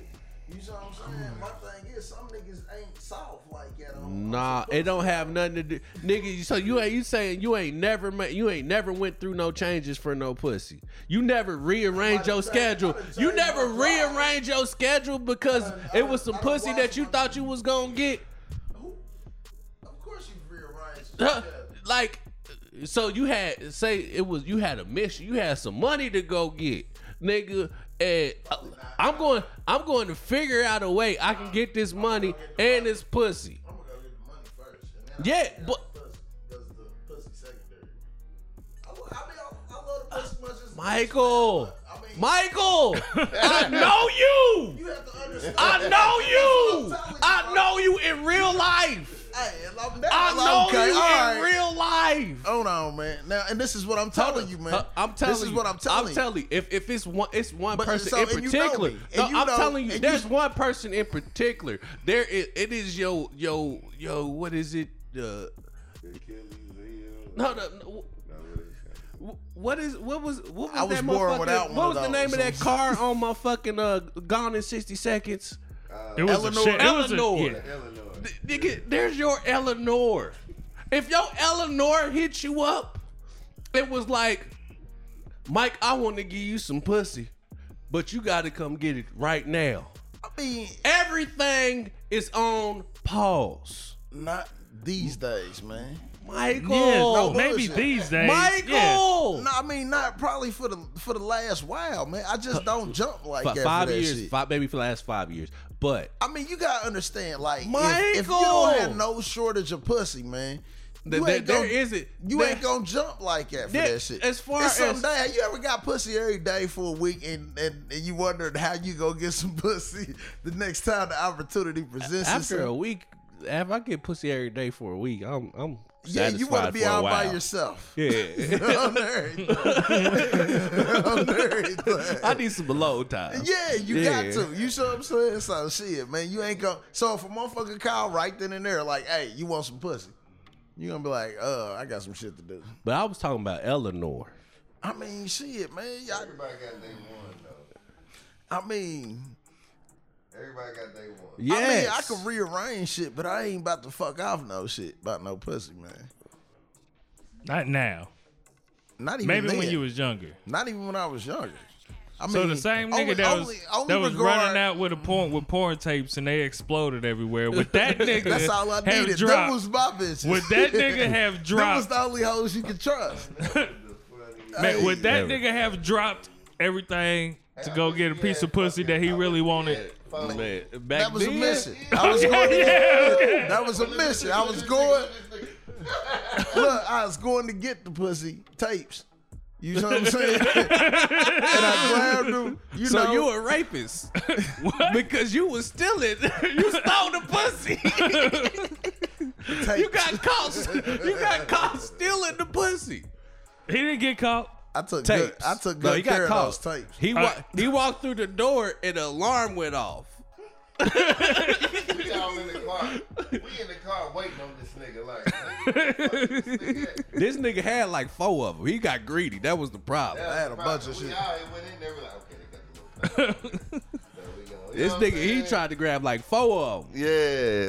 You see what I'm saying? My thing is, some niggas ain't soft like that. um. On Nah, it don't have nothing to do, nigga. you- So you ain't you saying you ain't never ma- you ain't never went through no changes for no pussy. You never rearrange your schedule. You never rearrange your schedule because it was some pussy that you thought you was gonna get. Of course you rearrange. Huh? Yeah. Like, so you had say it was you had a mission. You had some money to go get, nigga. And uh, I'm going I'm going to figure out a way I can get this money and this pussy. I'm gonna go get the money first. And then I'll Yeah, figure out but- the pussy, Does the pussy secondary? I, lo- I mean, I, I love the pussy as much as Michael, I mean, Michael, I know you. you have to understand. I know you. I know you in real life. Hey, and I'm- I know okay, you all right. in real life. Hold on, man. Now, and this is what I'm telling you, man. Uh, I'm telling This you. is what I'm telling I'm you. telling you. If, if it's one, it's one But- person so- in and you know particular. me. And no, you I'm know- telling you, and you- there's one person in particular. There is. It is yo, yo, yo. What is it? Uh, no, no. no wh- what is what was what was I was that born motherfucker- without one What of was the those, name of that so- car on my fucking uh Gone in 60 Seconds? it was Eleanor- a shit. It was a, Eleanor. yeah. Nigga, there's your Eleanor. If your Eleanor hit you up, it was like, Mike, I want to give you some pussy, but you got to come get it right now. I mean, Everything is on pause. not these days, man. Michael. Yeah, No maybe bullshit. these days. Yeah. Michael. No, I mean not probably for the for the last while, man. I just don't jump like Fi- that. for five that years, shit. five, maybe for the last five years. But I mean, you gotta understand, like, if, if you don't Michael! have no shortage of pussy, man, th- you th- ain't there gonna, isn't. you there- ain't gonna jump like that for There- that shit. as far it's as- some day, have you ever got pussy every day for a week and, and, and you wondered how you gonna get some pussy the next time the opportunity presents After a itself? week, if I get pussy every day for a week, I'm I'm Yeah, you want wanna to be out by yourself. Yeah, on everything. on everything. I need some alone time. Yeah, you Yeah. got to. You see what I'm saying? So shit, man, you ain't going So if a motherfucker call right then and there, like, hey, you want some pussy? You gonna be like, uh, I got some shit to do. But I was talking about Eleanor. I mean, shit, man. Y'all, Everybody got day one, though. I mean, Everybody got day one. Yes. I mean, I can rearrange shit, but I ain't about to fuck off no shit about no pussy, man. Not now. Not even Maybe then. when you was younger. Not even when I was younger. I mean, So the same nigga only- that was only- only that was regard- Mm. running out with a porn with porn tapes and they exploded everywhere. Would that nigga That's all I have needed. That dropped? was my bitches. would that nigga have That was dropped? the only hoes you could trust. man, would that Never. nigga have dropped everything to go get a piece of pussy that he really wanted? phone. Man, back That was a then- mission. I was going. To, That was a mission. I was going. Look, I was going to get the pussy tapes. You know what I'm saying? and I grabbed them. You So know, you a rapist because you was stealing. you stole the pussy. tapes. you got caught. You got caught stealing the pussy. He didn't get caught. I took Tapes. Good, I took good no, he care got caught. of those tapes. He All wa- right. he walked through the door and the alarm went off. We all in the car. We in the car waiting on this nigga. Like, nigga, what the fuck is this nigga at? This nigga had like four of them. He got greedy. That was the problem. I had a bunch of We shit. all went in there. We like, okay, they got the little. thing. There we go. You This know what I'm nigga he saying? tried to grab like four of them. Yeah,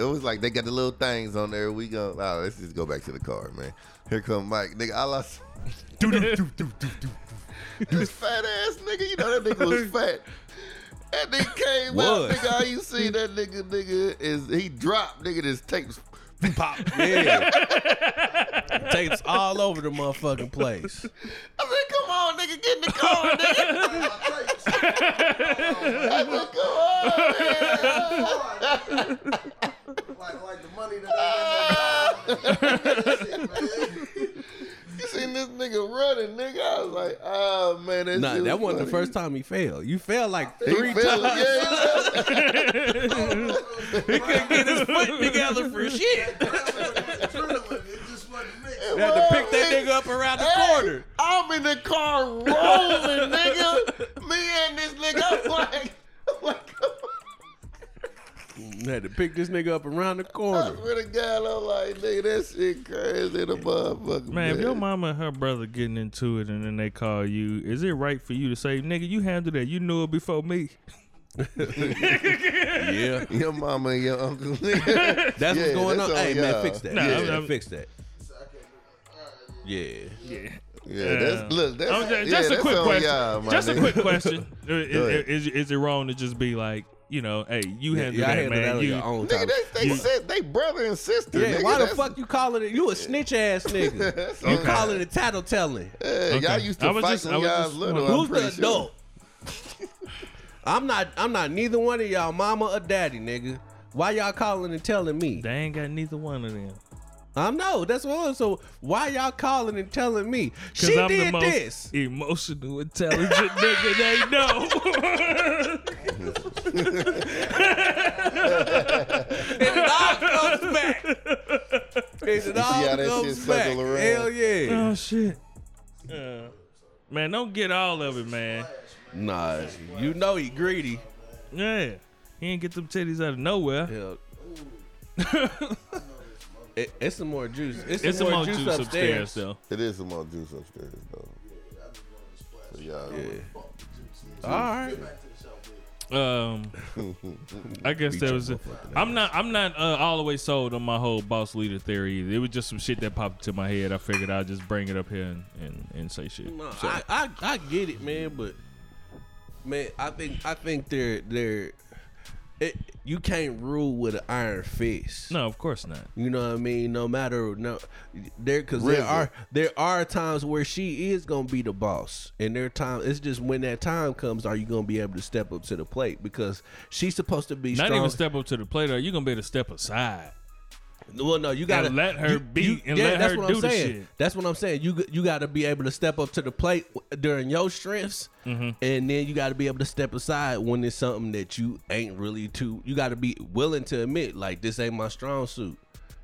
it was like they got the little things on there. We go, oh, let's just go back to the car, man. Here come Mike, nigga. All I s- this fat ass nigga, you know that nigga was fat. That nigga came Was. up, nigga. All you see that nigga, nigga, is he dropped, nigga. This tapes Pop. Yeah. Tapes all over the motherfucking place. I said, come on, nigga, get in the car, nigga. I said, come on, man. Like, like the money that You seen this nigga running, nigga? I was like, oh, man. That Nah, shit that was wasn't the funny. first time he failed. You failed like He three fell- times. yeah, he fell. they couldn't Get his foot together for shit. It just wasn't mixed. Had to pick that nigga up around the Hey, corner. I'm in the car rolling, nigga. Me and this nigga, I'm like, I'm like, Had to pick this nigga up around the I corner. swear to God, I'm like, nigga, that shit crazy, the motherfucker. Man, if your mama and her brother getting into it and then they call you, is it right for you to say, nigga, you handled that. You knew it before me. Yeah, your mama and your uncle, nigga. that's Yeah, what's going that's on. on Hey y'all. man, fix that. Nah, yeah, I'm- I'm- fix that. Yeah, Yeah, that's look. That's, I'm ju- yeah, just a that's quick on question. Y'all, my just a nigga. quick question. is, ahead. is, is it wrong to just be like, you know, hey, you handled yeah, I that, handled that man. on You, your own Nigga, time. they, they said they brother and sister. Yeah, nigga, why the that's- fuck you calling it? You a snitch ass nigga. That's you okay. calling it tattletelling? Yeah, Y'all Okay. used I to was fight just- I when was y'all was just- little. I'm Who's pretty the sure. adult? I'm not. I'm not neither one of y'all, mama or daddy, nigga. Why y'all calling and telling me? They ain't got neither one of them. I know. That's what. I'm, so why y'all calling and telling me? Cause She I'm the did most this. emotional, intelligent nigga they know. and it all comes back. And it all how that shit comes circle back. around? Hell yeah. oh shit. Uh, man, don't get all of it, man. Nah, you know he greedy. Yeah. He ain't get them titties out of nowhere. Hell. It- it's some more juice. It's some It's a more monk juice, juice upstairs, upstairs. though. It is some more juice upstairs, though. So y'all, All right. Um, I guess that was. i I'm not. I'm not uh, all the way sold on my whole boss leader theory. Either. It was just some shit that popped into my head. I figured I'd just bring it up here and, and, and say shit. No, So, I, I I get it, man, but man, I think I think they're they're it, you can't rule with an iron fist. no, of course not. You know what I mean? No matter no there cuz there RZA. are there are times where she is going to be the boss. And there are times it's just when that time comes are you going to be able to step up to the plate because she's supposed to be Not strong. even step up to the plate. Or you gonna be able to step aside. Well, no, you gotta And let her you- be- you- and yeah, let that's her what I'm do the saying. shit. That's what I'm saying. You g- you gotta be able to step up to the plate w- during your strengths, Mm-hmm. and then you gotta be able to step aside when it's something that you ain't really too. You gotta be willing to admit, like this ain't my strong suit.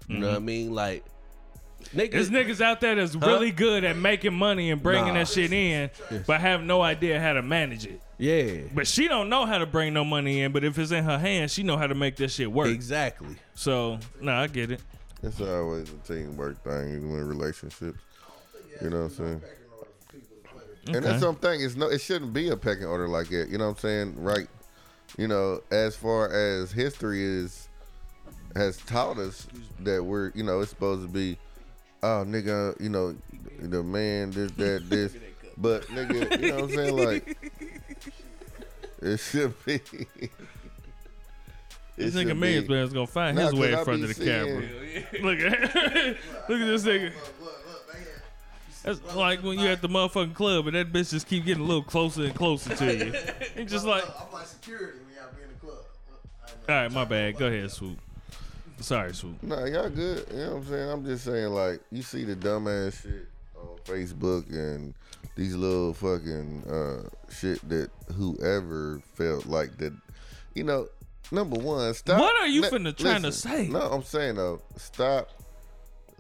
You know what I Mm-hmm. mean? Like, nigga, There's niggas out there that's really good at making money and bringing Nah. that shit in, but have no idea how to manage it. yeah, But she don't know how to bring no money in. But if it's in her hands, she know how to make this shit work. exactly. So, nah, I get it. it's always a teamwork thing even in relationships. You know what I'm saying? And that's something. It's no. It shouldn't be a pecking order like that. You know what I'm saying? Right. You know, as far as history is, has taught us that we're. You know, it's supposed to be. Oh, nigga. You know, the man. This, that, this. But nigga, you know what I'm saying? Like, it should be. It This should nigga be- Millions Man's gonna find Nah, his way 'cause in I front be of the seeing- camera. Look at look at this nigga. That's like when you're at the motherfucking club and that bitch just keep getting a little closer and closer to you. And just like, I'm like security when y'all be in the club. All right, my bad. Go ahead, swoop. Sorry, swoop. Nah, y'all good. You know what I'm saying? I'm just saying, like, you see the dumbass shit on Facebook and these little fucking uh, shit that whoever felt like that, you know, number one, stop. What are you li- finna tryna say? No, I'm saying, though, stop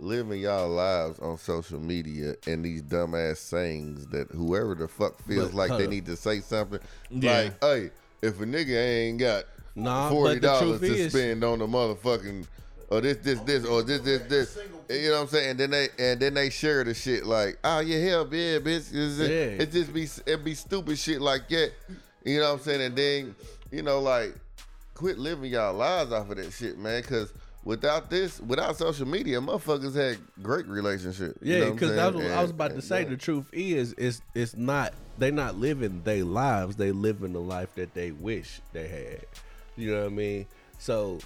living y'all lives on social media and these dumbass sayings that whoever the fuck feels But, like hold they up. need to say something. Yeah. Like, hey, if a nigga ain't got Nah, forty but the dollars truth to is, spend on the motherfucking or this this this or this this this. You know what I'm saying? And then they and then they share the shit like, oh yeah, hell yeah, bitch. It's just, Yeah. it just be it be stupid shit like that. You know what I'm saying? And then you know like, quit living y'all lives off of that shit, man. Because without this, without social media, motherfuckers had great relationships. you know yeah, what I'm because saying? that's what I And- was about to and, uh, say. yeah. The truth is, it's it's not they not living their lives. They living the life that they wish they had. You know what I mean? So,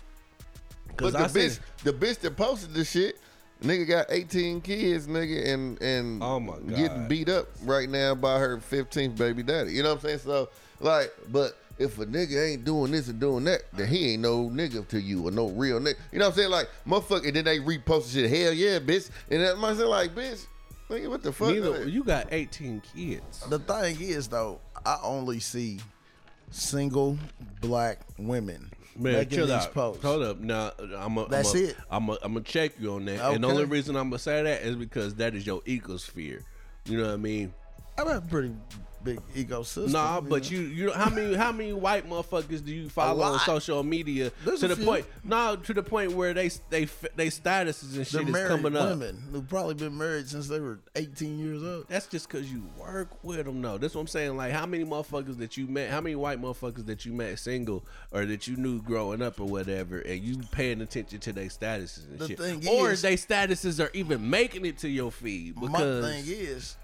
But because the I bitch, said, the bitch that posted the shit, nigga got 18 kids, nigga, and and Oh my God. getting beat up right now by her 15th baby daddy. You know what I'm saying? So like, but if a nigga ain't doing this and doing that, then he ain't no nigga to you or no real nigga. You know what I'm saying? Like, motherfucker, and then they repost the shit. Hell yeah, bitch. And that I'm saying like, bitch, nigga, what the fuck? neither, you got 18 kids. The thing is, though, I only see single black women Man, making chill these out. posts. Hold up. Now, I'm a, That's I'm a, it. I'm a, I'm gonna check you on that. And the Okay. only reason I'm gonna say that is because that is your ecosphere. You know what I mean? I have a pretty big ecosystem. Nah, you but know? you you how many how many white motherfuckers do you follow on lot. social media There's to a the few. point? Nah, to the point where they they they statuses and They're shit is married coming up. women who've probably been married since they were 18 years old. That's just cause you work with them, though. That's what I'm saying. Like, how many motherfuckers that you met, how many white motherfuckers that you met single or that you knew growing up or whatever, and you paying attention to their statuses and The shit, thing or is- they statuses are even making it to your feed because My thing is,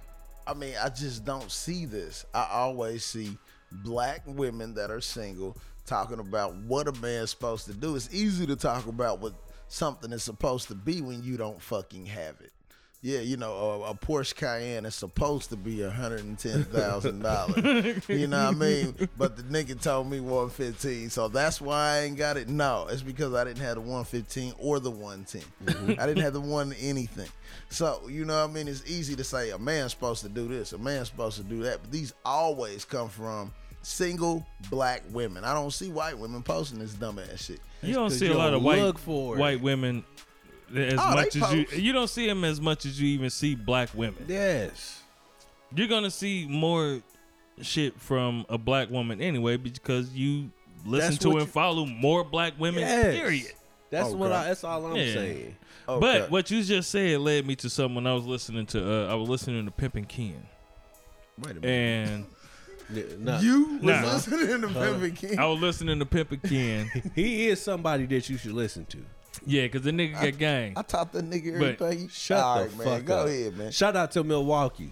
I mean, I just don't see this. I always see black women that are single talking about what a man's supposed to do. It's easy to talk about what something is supposed to be when you don't fucking have it. Yeah, you know, a, a Porsche Cayenne is supposed to be hundred and ten thousand dollars. you know what I mean? But the nigga told me one fifteen, so that's why I ain't got it. No, it's because I didn't have the one fifteen or the one I didn't have the one anything. So you know what I mean? It's easy to say a man's supposed to do this, a man's supposed to do that, but these always come from single black women. I don't see white women posting this dumbass shit. You don't 'cause see you a lot of don't white look for it. white women as Oh, they much as you. post. You don't see them as much as you even see black women. yes, You're gonna see more shit from a black woman anyway because you listen That's to what and you- follow more black women. Yes. Period. that's Oh, what God. I, that's all I'm Yeah. saying. Okay. But what you just said led me to someone I was listening to. Uh, I was listening to Pimpin' Ken, Wait a and Nah, you was Nah. listening to Pimpin' King. I was listening to Pimpin' Ken. he is somebody that you should listen to. yeah, because the nigga got gang. I taught that nigga But everything. Shut All the right, man. fuck Go up. ahead, man. Shout out to Milwaukee.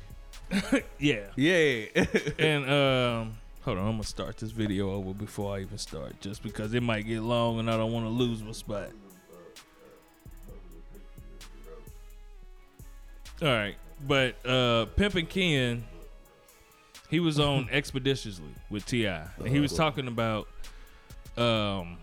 yeah, Yeah, and um, hold on, I'm gonna start this video over before I even start, just because it might get long and I don't want to lose my spot. All right, but uh, Pimpin' Ken, he was on expeditiously with Ti, and he was talking about um,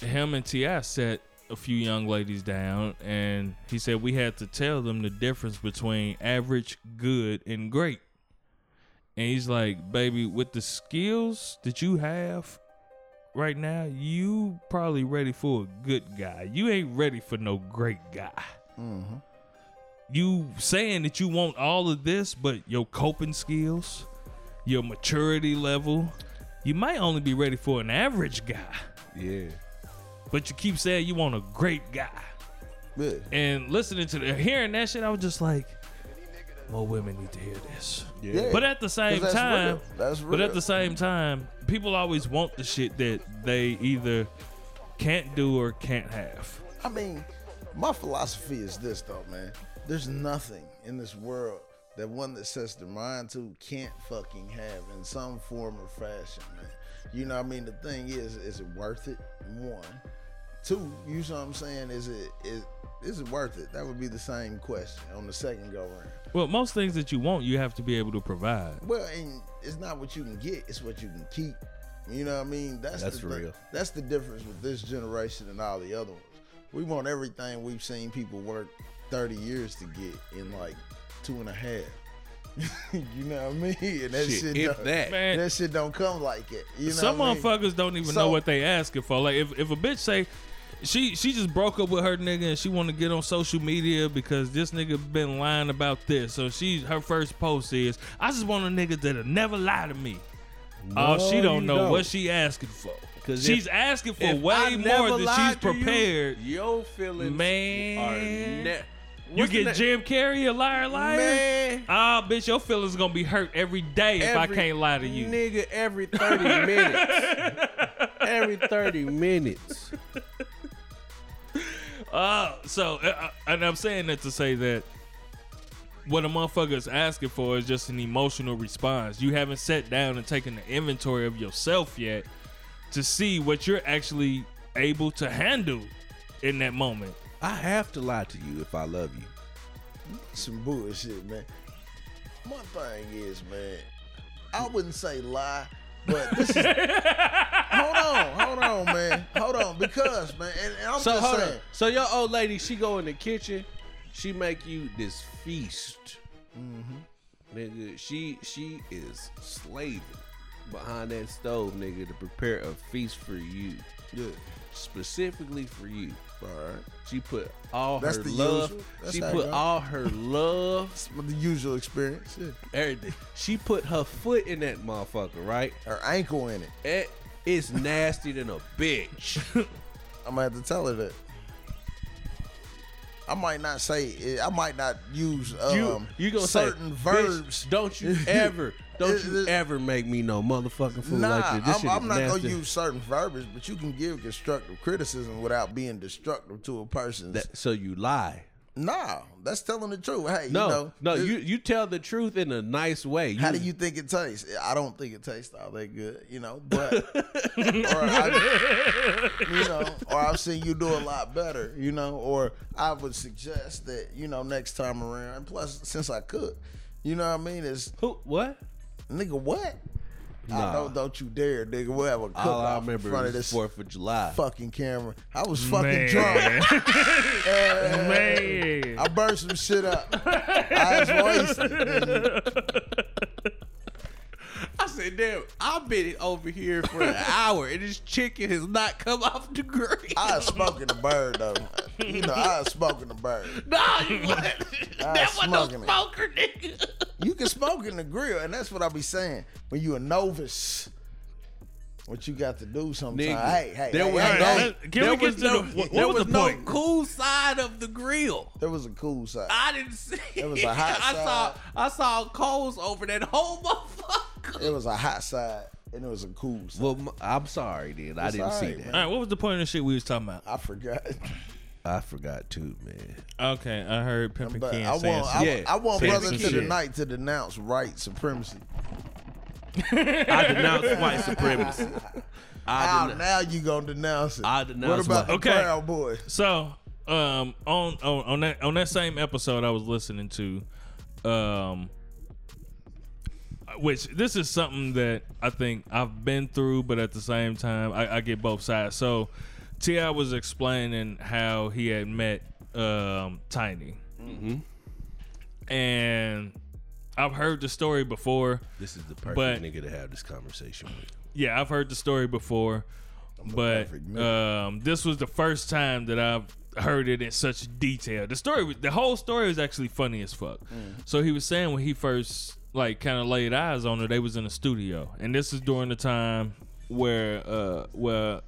him and Ti set a few young ladies down, and he said we had to tell them the difference between average, good, and great. And he's like, baby, with the skills that you have right now, you probably ready for a good guy. You ain't ready for no great guy. You saying that you want all of this, but your coping skills, your maturity level, you might only be ready for an average guy. yeah. But you keep saying you want a great guy. Good. And listening to the, hearing that shit, I was just like, more women need to hear this. Yeah. But at the same 'Cause that's time, real. That's but at real. the same time, people always want the shit that they either can't do or can't have. I mean, my philosophy is this though, man. There's nothing in this world that one that sets their mind to can't fucking have in some form or fashion, man. You know what I mean? The thing is, is it worth it? One. Two, you know what I'm saying? Is it is is it worth it? That would be the same question on the second go round. Well, most things that you want, you have to be able to provide. Well, and it's not what you can get, it's what you can keep. You know what I mean? That's That's the, thi- real. That's the difference with this generation and all the other ones. We want everything we've seen people work thirty years to get in like two and a half. you know what I mean? And that shit, Shit, if don't, that. Man, that shit don't come like it. You know some what I mean? motherfuckers don't even So- know what they asking for. Like if, if a bitch say she she just broke up with her nigga and she want to get on social media because this nigga been lying about this. So she her first post is I just want a nigga that'll never lie to me. oh, she don't you know don't. what she asking for. 'Cause She's if- asking for If I way never more than she's lied to you, prepared. your feelings, Man. are ne- You What's the na- get Jim Carrey a liar liar? Man. Ah, bitch, your feelings gonna be hurt every day if I every- can't lie to you. Nigga, every 30 minutes. every 30 minutes. Uh, so, uh, and I'm saying that to say that what a motherfucker is asking for is just an emotional response. You haven't sat down and taken the inventory of yourself yet to see what you're actually able to handle in that moment. I have to lie to you if I love you. some bullshit, man. My thing is, man, I wouldn't say lie, but this is. hold on, hold on, man, hold on, because man, and, and I'm So just hold saying, on. So your old lady, she go in the kitchen, she make you this feast. Mm-hmm. Nigga, she she is slaving behind that stove, nigga, to prepare a feast for you. yeah, Specifically for you. all right. She put all That's her the love. usual. That's She how it put go. all her love, It's the usual experience. Yeah. everything. She put her foot in that motherfucker, right? Her ankle in it. It- it's nasty than a bitch. I'm gonna have to tell her that. I might not say. It, I might not use um, you you gonna certain say, "Bitch, verbs. Don't you ever, don't It- you it- ever make me no motherfucking fool Nah, like this. this shit I'm, I'm is not nasty. gonna use certain verbiage, but you can give constructive criticism without being destructive to a person's. that. So you lie. nah, that's telling the truth. Hey, No, you know, no, this- you you tell the truth in a nice way. How do you think it tastes? I don't think it tastes all that good, you know. But or I, you know, or I've seen you do a lot better, you know. Or I would suggest that you know next time around. And plus, since I cook, you know what I mean. Is Who? What? nigga what? I know, don't you dare, nigga. We'll have a cook All I off in remember front is of this Fourth of July. fucking camera. I was fucking drunk. Uh, Man. I burned some shit up. I was wasted. nigga. I said, "Damn, I've been over here for an hour, and this chicken has not come off the grill." I was smoking the bird though. You know, I was smoking the bird. nah, you what? That wasn't no smoking it. smoker, nigga. You can smoke in the grill, and that's what I be saying. When you a novice, what you got to do sometimes. Nigga, Hey, hey, there hey, was hey, All no- hey. let- can we get to the- what- what there was the no point? cool side of the grill. there was a cool side. I didn't see. It was a hot I saw. side. I saw coals over that whole motherfucker. It was a hot side, and it was a cool side. Well, m- I'm sorry, dude. I It's didn't see alright, that. man. All right, what was the point of the shit we was talking about? I forgot. I forgot too, man. Okay, I heard Pimpin' But Ken I want, saying I, something. Yeah, I want saying brother some to the shit. night to denounce right supremacy. I denounce white supremacy. I Now, denounce. now you gonna denounce it? I what denounce about the white- Okay. Proud Boys? So, um, on, on on that on that same episode I was listening to, um, which this is something that I think I've been through, but at the same time I, I get both sides. So, Ti was explaining how he had met um, Tiny, and I've heard the story before. This is the perfect But- nigga to have this conversation with. Yeah, I've heard the story before, but perfect um, this was the first time that I've heard it in such detail. The story, was- the whole story was actually funny as fuck. So he was saying when he first like kind of laid eyes on her, they was in a studio, and this is during the time where uh where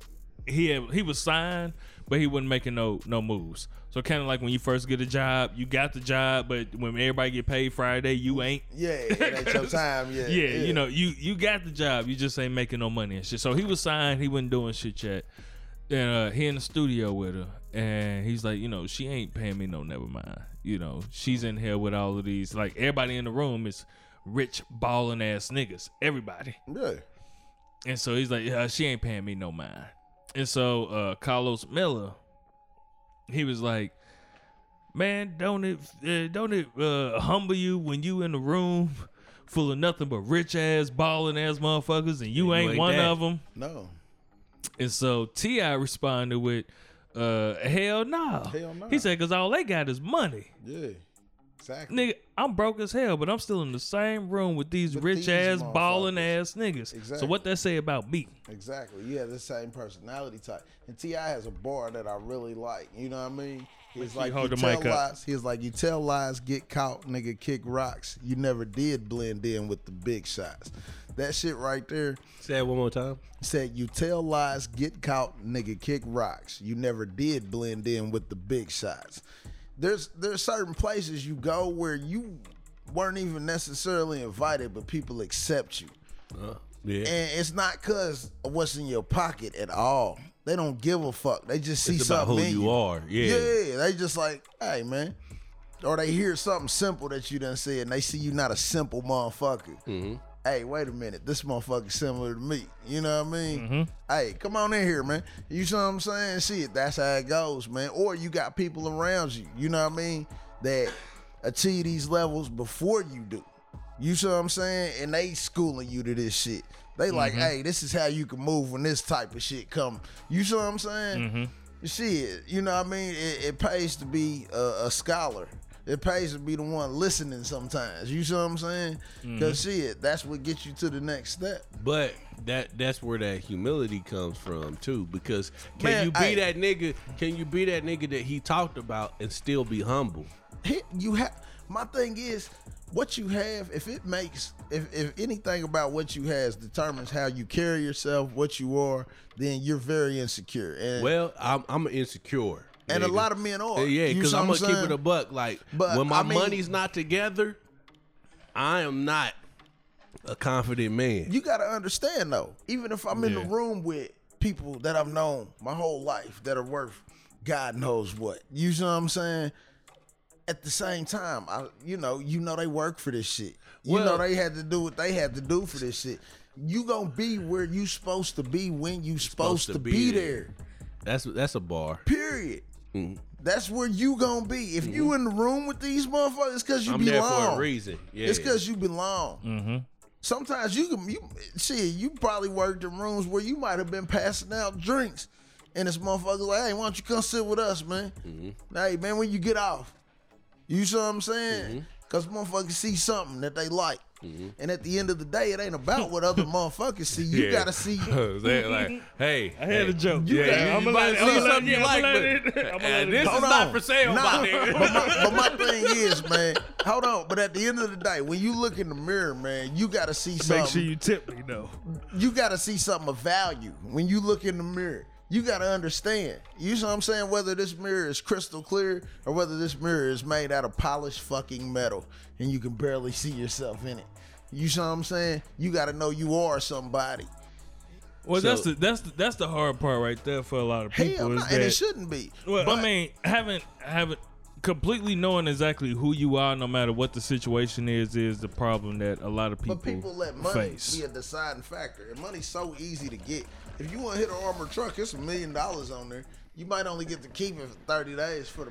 he had, he was signed, but he wasn't making no no moves. So kind of like when you first get a job, you got the job, but when everybody get paid Friday, you ain't Yeah, it ain't your time. Yeah, yeah, you know, you you got the job, you just ain't making no money and shit. So he was signed, he wasn't doing shit yet. And uh, he in the studio with her, and he's like, you know, she ain't paying me no. Never mind, you know, she's in here with all of these. Like everybody in the room is rich balling ass niggas, everybody. Yeah, And so he's like, yeah, she ain't paying me no mind. And so uh, Carlos Miller, he was like, eh, man, don't it uh, don't it uh, humble you when you in the room full of nothing but rich ass, balling ass motherfuckers, and you, ain't, ain't one that. of them. No. And so Ti responded with, uh, "Hell no." Hell nah. He said, "Cause all they got is money." Yeah. Exactly. Nigga, I'm broke as hell, but I'm still in the same room with these With rich these ass, motherfuckers. balling ass niggas. So Exactly. what that say about me? Exactly. You have the same personality type. And Ti has a bar that I really like. You know what I mean? He's like hold you the tell mic up. lies. He's like you tell lies, get caught, nigga, kick rocks. You never did blend in with the big shots. That shit right there Say it one more time. said you tell lies, get caught, nigga, kick rocks. You never did blend in with the big shots. There's there's certain places you go where you weren't even necessarily invited, but people accept you. Yeah. And it's not cause of what's in your pocket at all. They don't give a fuck. They just see it's about something who in you are. Yeah. yeah, they just like, hey man. Or they hear something simple that you done said and they see you not a simple motherfucker. Hey, wait a minute. This motherfucker's similar to me. You know what I mean? Mm-hmm. Hey, come on in here, man. You see what I'm saying? Shit, that's how it goes, man. Or you got people around you, you know what I mean, that achieve these levels before you do. You see what I'm saying? And they schooling you to this shit. They like, hey, this is how you can move when this type of shit come. You see what I'm saying? shit, you know what I mean? It, it pays to be a, a scholar. It pays to be the one listening sometimes. You see what I'm saying? Because shit, that's what gets you to the next step. But that that's where that humility comes from too, because can Man, you be I- that nigga? Can you be that nigga that he talked about and still be humble? Hit- You have my thing is what you have. If it makes, if if anything about what you has determines how you carry yourself, what you are, then you're very insecure. And Well, I'm I'm insecure, and a nigga. lot of men are. Uh, yeah, You because see what I'm gonna keep saying? it a buck. Like But, when my I mean- money's not together, I am not a confident man. you gotta understand though. Even if I'm in the room with people that I've known my whole life that are worth God knows what. You see what I'm saying? At the same time, I you know, you know they work for this shit. You Well- know they had to do what they had to do for this shit. You gonna be where you supposed to be when you supposed, to, be, there. That's that's a bar. Period. Mm-hmm. That's where you gonna be. If you in the room with these motherfuckers, it's cause you I'm there belong. for a reason. Yeah, It's because you belong. Mm-hmm. Sometimes you can you see you probably worked in rooms where you might have been passing out drinks, and this motherfucker like, hey, why don't you come sit with us, man? Hey, man, when you get off, you see what I'm saying? Because motherfuckers see something that they like. And at the end of the day, it ain't about what other motherfuckers see. You Yeah. gotta see. They like, hey, I had a joke. You got- you I'ma about to let- I'ma see let- something you yeah, I'ma like, let but- it- I'ma uh, let it- this is Hold not on. for sale, Nah, my nigga. But my, but my thing is, man, hold on. But at the end of the day, when you look in the mirror, man, you gotta see something. Make sure you tip me though. you got to see something of value when you look in the mirror. You got to understand. You see what I'm saying? Whether this mirror is crystal clear or whether this mirror is made out of polished fucking metal and you can barely see yourself in it. You see what I'm saying? You got to know you are somebody. Well, that's So- the that's the, that's the hard part right there for a lot of people. Hell, is no, that- and it shouldn't be. Well, I But- mean, haven't haven't completely knowing exactly who you are, no matter what the situation is, is the problem that a lot of people, But people let money face. be a deciding factor, and money's so easy to get. If you want to hit an armored truck, it's a million dollars on there. You might only get to keep it for 30 days for the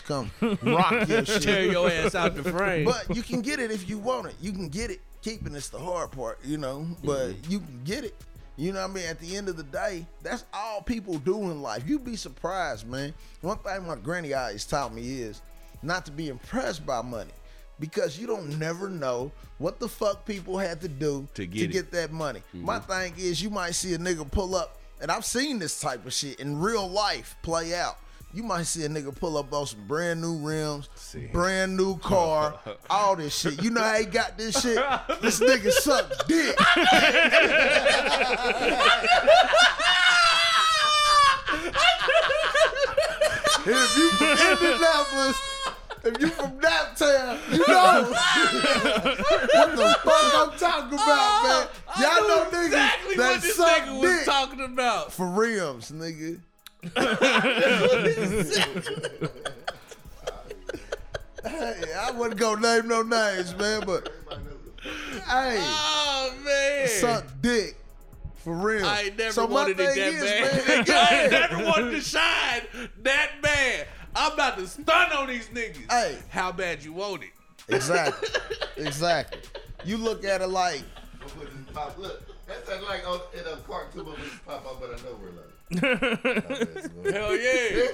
come rock your shit. Tear your ass out the frame. But you can get it if you want it. You can get it. Keeping it's the hard part, you know. But you can get it. You know what I mean? At the end of the day, that's all people do in life. You'd be surprised, man. One thing my granny always taught me is not to be impressed by money. Because you don't never know what the fuck people had to do To get to it. Mm-hmm. get that money. My thing is you might see a nigga pull up, and I've seen this type of shit in real life play out. You might see a nigga pull up on some brand new rims, brand new car, all this shit. You know how he got this shit? This nigga sucked dick. if you from Indianapolis, if you from downtown, you know what the fuck I'm talking about, man. Oh, Y'all know niggas that suck dick talking about. for rims, nigga. hey, I wouldn't go name no names, man, but hey, Oh man, suck dick for real. I ain't never so my wanted it thing that is, bad. man, I ain't never wanted to shine that bad. I'm about to stun on these niggas. Hey. how bad you want it? Exactly. Exactly. you look at it like Look, that's like on, in a cartoon movie pop up out of nowhere. Hell yeah.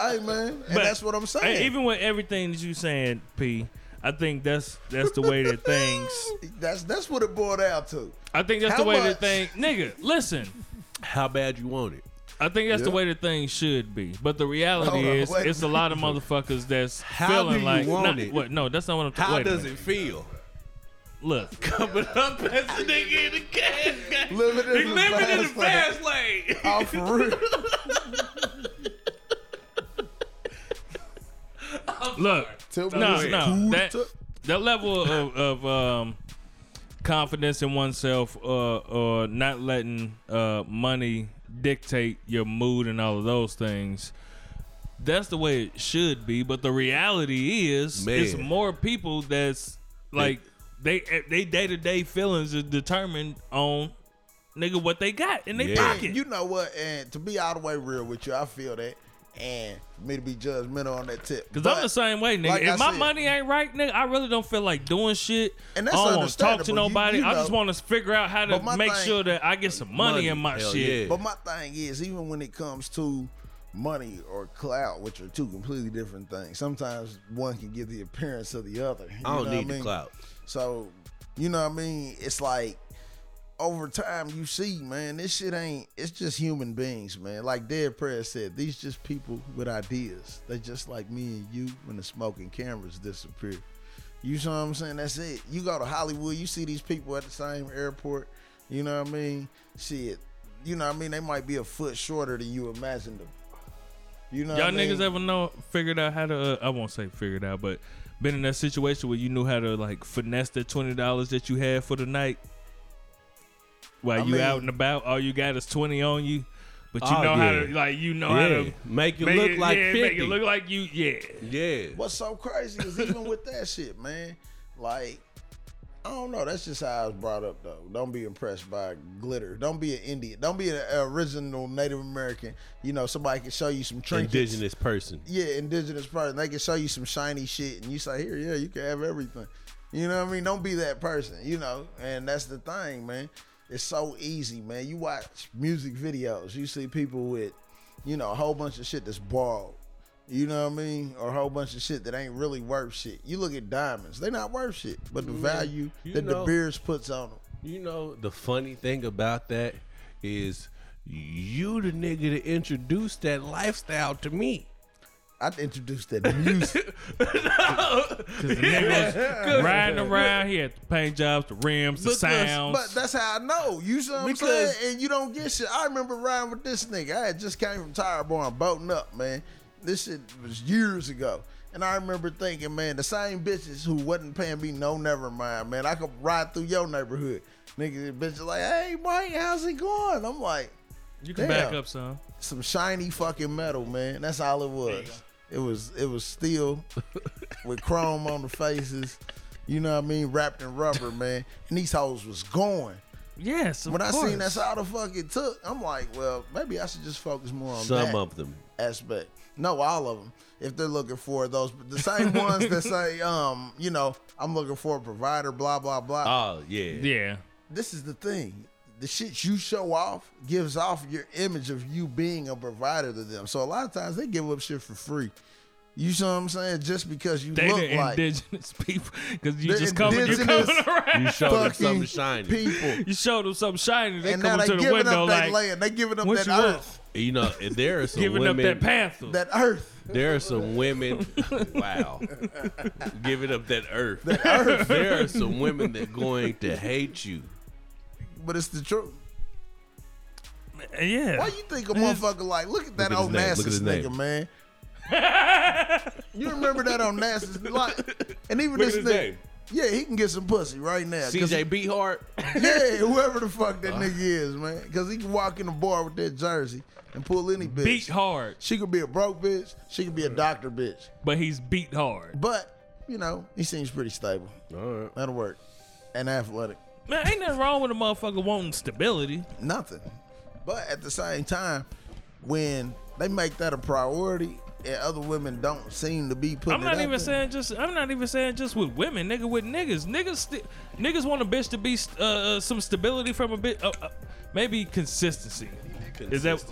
hey man, and But- that's what I'm saying. And even with everything that you saying, P, I think that's that's the way that things. that's that's what it boiled down to. I think that's How the way much? that thing. Nigga, listen. How bad you want it? I think that's the way that things should be. But the reality Hold on, is, wait. it's a lot of motherfuckers that's How feeling do you like. want not- it? What, no, that's not what I'm How talking about. does it feel? Look. Coming up as a nigga in the gas. gas- Living in the Living in the fast lane. fast lane. Oh, for real. Look. Tell me No, what's no. cool That, to- that level of, of um, confidence in oneself uh, or not letting uh, money dictate your mood and all of those things. That's the way it should be, but the reality is, Man. it's more people that's like they eh, they day to day feelings are determined on nigga what they got in their Yeah. pocket. You know what? And to be all the way real with you, I feel that. And for me to be judgmental on that tip. Cause But- I'm the same way, nigga. like if I my said- money ain't right, nigga, I really don't feel like doing shit. And that's I don't want to talk to understandable. You- nobody. you I just know. want to figure out how to But my make thing- sure that I get some money, Money. in my Hell shit. yeah. But my thing is, even when it comes to money or clout, which are two completely different things, sometimes one can give the appearance of the other. You I know don't what need mean? the clout. So, you know what I mean? It's like over time you see, man, this shit ain't it's just human beings, man. Like Dead Prayer said, these just people with ideas. They just like me and you when the smoke and cameras disappear. You know what I'm saying? That's it. You go to Hollywood, you see these people at the same airport, you know what I mean? Shit. You know what I mean? They might be a foot shorter than you imagined them. You know Y'all what I mean? niggas ever know figured out how to? Uh, I won't say figured out, but been in that situation where you knew how to like finesse the twenty dollars that you had for the night while I you mean- out and about. All you got is twenty on you, but you Oh, know how to yeah. like you know how Yeah. to. Make it um, make look it- like yeah, 50. make it look like you, yeah. yeah. What's so crazy is even with that shit, man. Like, I don't know. That's just how I was brought up, though. Don't be impressed by glitter. Don't be an Indian. Don't be an original Native American. You know, somebody can show you some trinkets. Indigenous person. Yeah, indigenous person. They can show you some shiny shit, and you say, "Here, yeah, you can have everything." You know what I mean? Don't be that person. You know, and that's the thing, man. It's so easy, man. You watch music videos. You see people with, you know, a whole bunch of shit that's borrowed. You know what I mean? Or a whole bunch of shit that ain't really worth shit. You look at diamonds; they not worth shit, but the value you that know. the Beers puts on them. You know, the funny thing about that is you the nigga that introduced that lifestyle to me. I introduced that to music. Cause the niggas riding around, he had to paint jobs, the rims, the Because- sounds. But that's how I know. You see what I'm Because- saying? And you don't get shit. I remember riding with this nigga. I had just came from Tire Barn boating up, man. This shit was years ago. And I remember thinking, man, the same bitches who wasn't paying me no never mind, man. I could ride through your neighborhood. Nigga, the bitch is like, hey, Mike, how's it going? I'm like, you can Damn. back up some. some shiny fucking metal, man. That's all it was. It was it was steel with chrome on the faces. You know what I mean? Wrapped in rubber, man. And these hoes was going. Yes, of When I course. seen that's all the fuck it took, I'm like, well, maybe I should just focus more on Some that of them. aspect. No, all of them. If they're looking for those, the same ones that say, um, you know, I'm looking for a provider, blah blah Uh, blah. Oh, yeah. yeah, this is the thing. The shit you show off gives off your image of you being a provider to them. So a lot of times they give up shit for free. You see what I'm saying? Just because you they look the like indigenous people because you The just coming, you indigenous- coming around. You showed them something fucking shiny. people. You showed them something shiny. They and now coming they to the giving window up that like land. They giving up what that you want? earth. You know, if there are some giving women, up that panther. That earth. there are some women. wow, giving up that earth. That earth. There are some women that going to hate you. But it's the truth. Uh, yeah, Why you think a motherfucker like look at that at his old name, look at Onassis his nigga, name. man? you remember that Onassis? Like, and even Look at this his nigga, name. yeah, he can get some pussy right now. 'cause- CJ Beathard. yeah, whoever the fuck Uh. that nigga is, man, because he can walk in the bar with that jersey and pull any bitch. beat hard, She could be a broke bitch. She could be a doctor bitch. but he's beat hard. But you know, he seems pretty stable. All right. That'll work. And athletic, Man, ain't nothing wrong with a motherfucker wanting stability. nothing. But at the same time, when they make that a priority, and other women don't seem to be putting. I'm not it out even there. saying just. I'm not even saying just with women, nigga. With niggas, niggas, sti- niggas want a bitch to be st- uh, uh, some stability from a bit, uh, uh, maybe consistency. Is that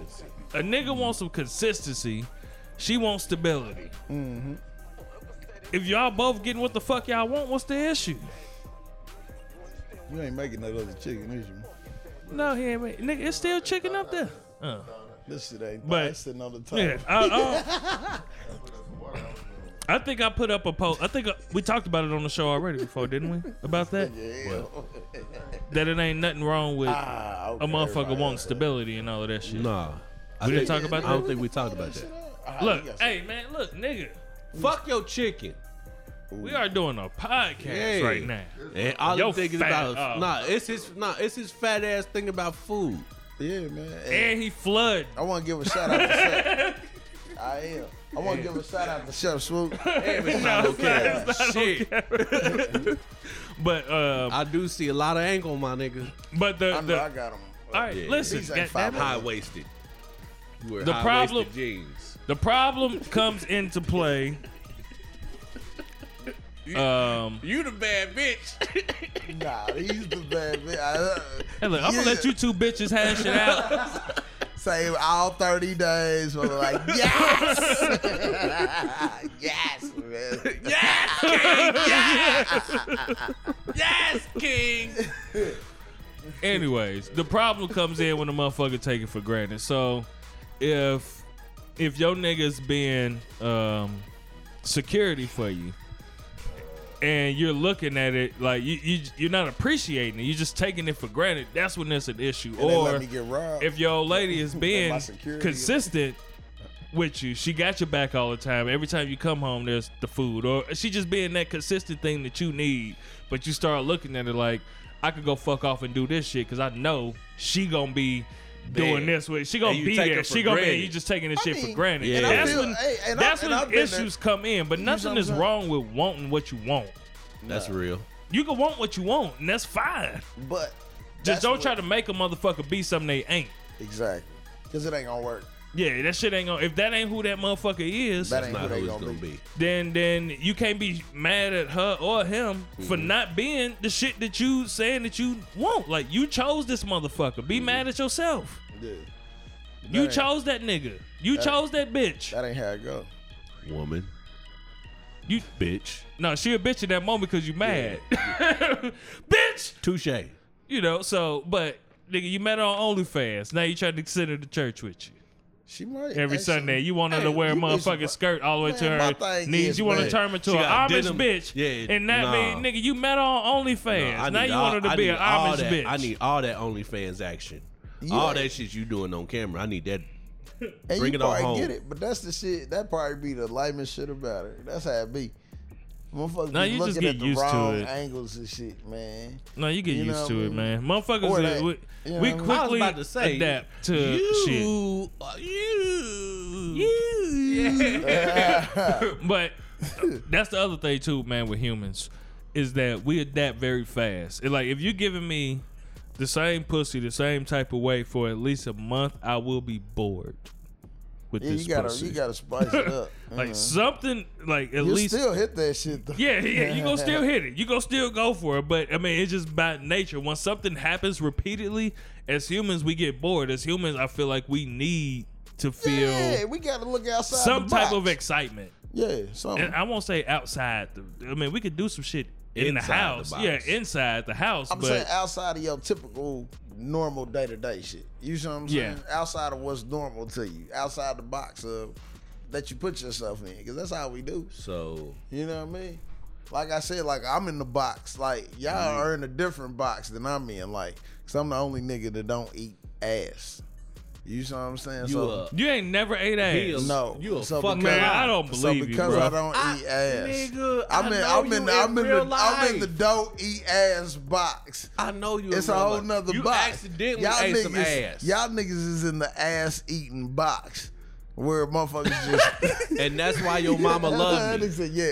a nigga wants some consistency? She wants stability. Mm-hmm. If y'all both getting what the fuck y'all want, what's the issue? You ain't making that other chicken, is you? No, he ain't. Make, nigga, it's still chicken up there. Uh. This shit ain't But- but, sitting on the top. Yeah, I, I, I think I put up a post. I think uh we talked about it on the show already before, didn't we? About that? What? That it ain't nothing wrong with Ah, okay, a motherfucker everybody wanting else. stability and all of that shit. Nah. I We didn't think- talk about I don't that? think we talked about that. Ah, Look, you got some- hey man, look, nigga, Fuck your chicken. we are doing a podcast Yeah. right now. And all Yo, I'm thinking fat about ass. nah, it's his nah, it's his fat ass thing about food. Yeah, man. Hey, And he flood. I want to give a shout out to Chef. I am. I want to give a shout out to Chef Swoop. No, Oh, it's not- okay. it's not Shit. okay. but uh, I do see a lot of ankle, my nigga. but I the, know the I got him. all right, Yeah. listen, These ain't goddamn five it. High waisted. The problem- jeans. The problem comes into play. Um, You the bad bitch. Nah, he's the bad man. I, uh, hey, look, I'm gonna let you two bitches hash it out. save all 30 days. But we're like, yes! yes, man. Anyways, the problem comes in when the motherfucker take it for granted. So, if if your nigga's being um, security for you, and you're looking at it like you, you you're not appreciating it, you're just taking it for granted. That's when there's an issue. they or let me get robbed. if your old lady is being my security. consistent with you, she got your back all the time. Every time you come home, there's the food, or she just being that consistent thing that you need. But you start looking at it like, I could go fuck off and do this shit because I know she gonna be doing There. this with. She gonna And you be take there. it for She gonna be. granted. You just taking this I shit for mean, granted. and I that's feel- when hey, and I- that's and I've when been issues come in. But nothing what is I'm wrong with wanting what you want. That's real. You can want what you want, and that's fine. But Just that's don't what- try to make a motherfucker be something they ain't. Exactly. Because it ain't going to work. Yeah, that shit ain't gonna. If that ain't who that motherfucker is, That ain't Not who who they it's going to gonna be. be. then then you can't be mad at her or him for Mm-hmm. not being the shit that you saying that you want. Like you chose this motherfucker. Be mad at yourself. You Mm-hmm. ain't- chose that nigga. You chose that bitch. That ain't how it go. Woman. You Bitch. no, she a bitch in that moment because you mad, bitch. Touche. You know. So, but nigga, you met her on OnlyFans. Now you trying to send her to church with you. She might. Every actually- Sunday, you want her to Hey, wear a you be motherfucking surprised. skirt all the way Man, my to her thing knees. is, You want to man, turn her to she an got Amish denim- bitch, Yeah, and that nah. mean, nigga, you met her on OnlyFans. I now need you all- want her to I be need an all Amish that- bitch. I need all that OnlyFans action. All that shit you doing on camera. I need that. And Bring you it on probably home. get it, but that's the shit. That probably be the lightest shit about it. That's how it be. Motherfuckers Nah, be you just looking get at the used to wrong it. angles and shit, man. no, you get you know used to what I it, man. Motherfuckers, Or uh, that- we, you know we what I mean? I was quickly about to say adapt to Uh, shit. you, you, you. But that's the other thing too, man. With humans, is that we adapt very fast. And like, if you're giving me the same pussy, the same type of way for at least a month, I will be bored with Yeah, this you gotta pussy. you gotta spice it up. Like something, like at you least. Uh-huh. still hit that shit though. yeah, yeah, you gonna still hit it. You gonna still go for it. But I mean, it's just by nature. When something happens repeatedly, as humans, we get bored. As humans, I feel like we need to feel Yeah, we gotta look outside. some the type box. of excitement. Yeah, something. And I won't say outside. The, I mean, we could do some shit in the Inside the house. box. yeah, inside the house. I'm but saying uh, outside of your typical normal day to day shit. You see what I'm Yeah. saying? Outside of what's normal to you, outside the box of that you put yourself in, because that's how we do. So You know what I mean? Like I said, like I'm in the box. Like y'all Mm-hmm. are in a different box than I'm in. Like, cause I'm the only nigga that don't eat ass. You see what I'm saying? you uh, so a you ain't never ate ass. Bill. no, you a so fucking because- Man, I don't So believe you, because bro. I don't eat ass, nigga, I'm I in, know I'm in, you I'm in in, real the, I'm in the life. don't eat ass box. I know you. It's a real whole life. nother you box. accidentally y'all ate niggas, some ass. Y'all niggas is in the ass eating box. where motherfuckers just. and that's why your mama that loved me. nigga said, yeah.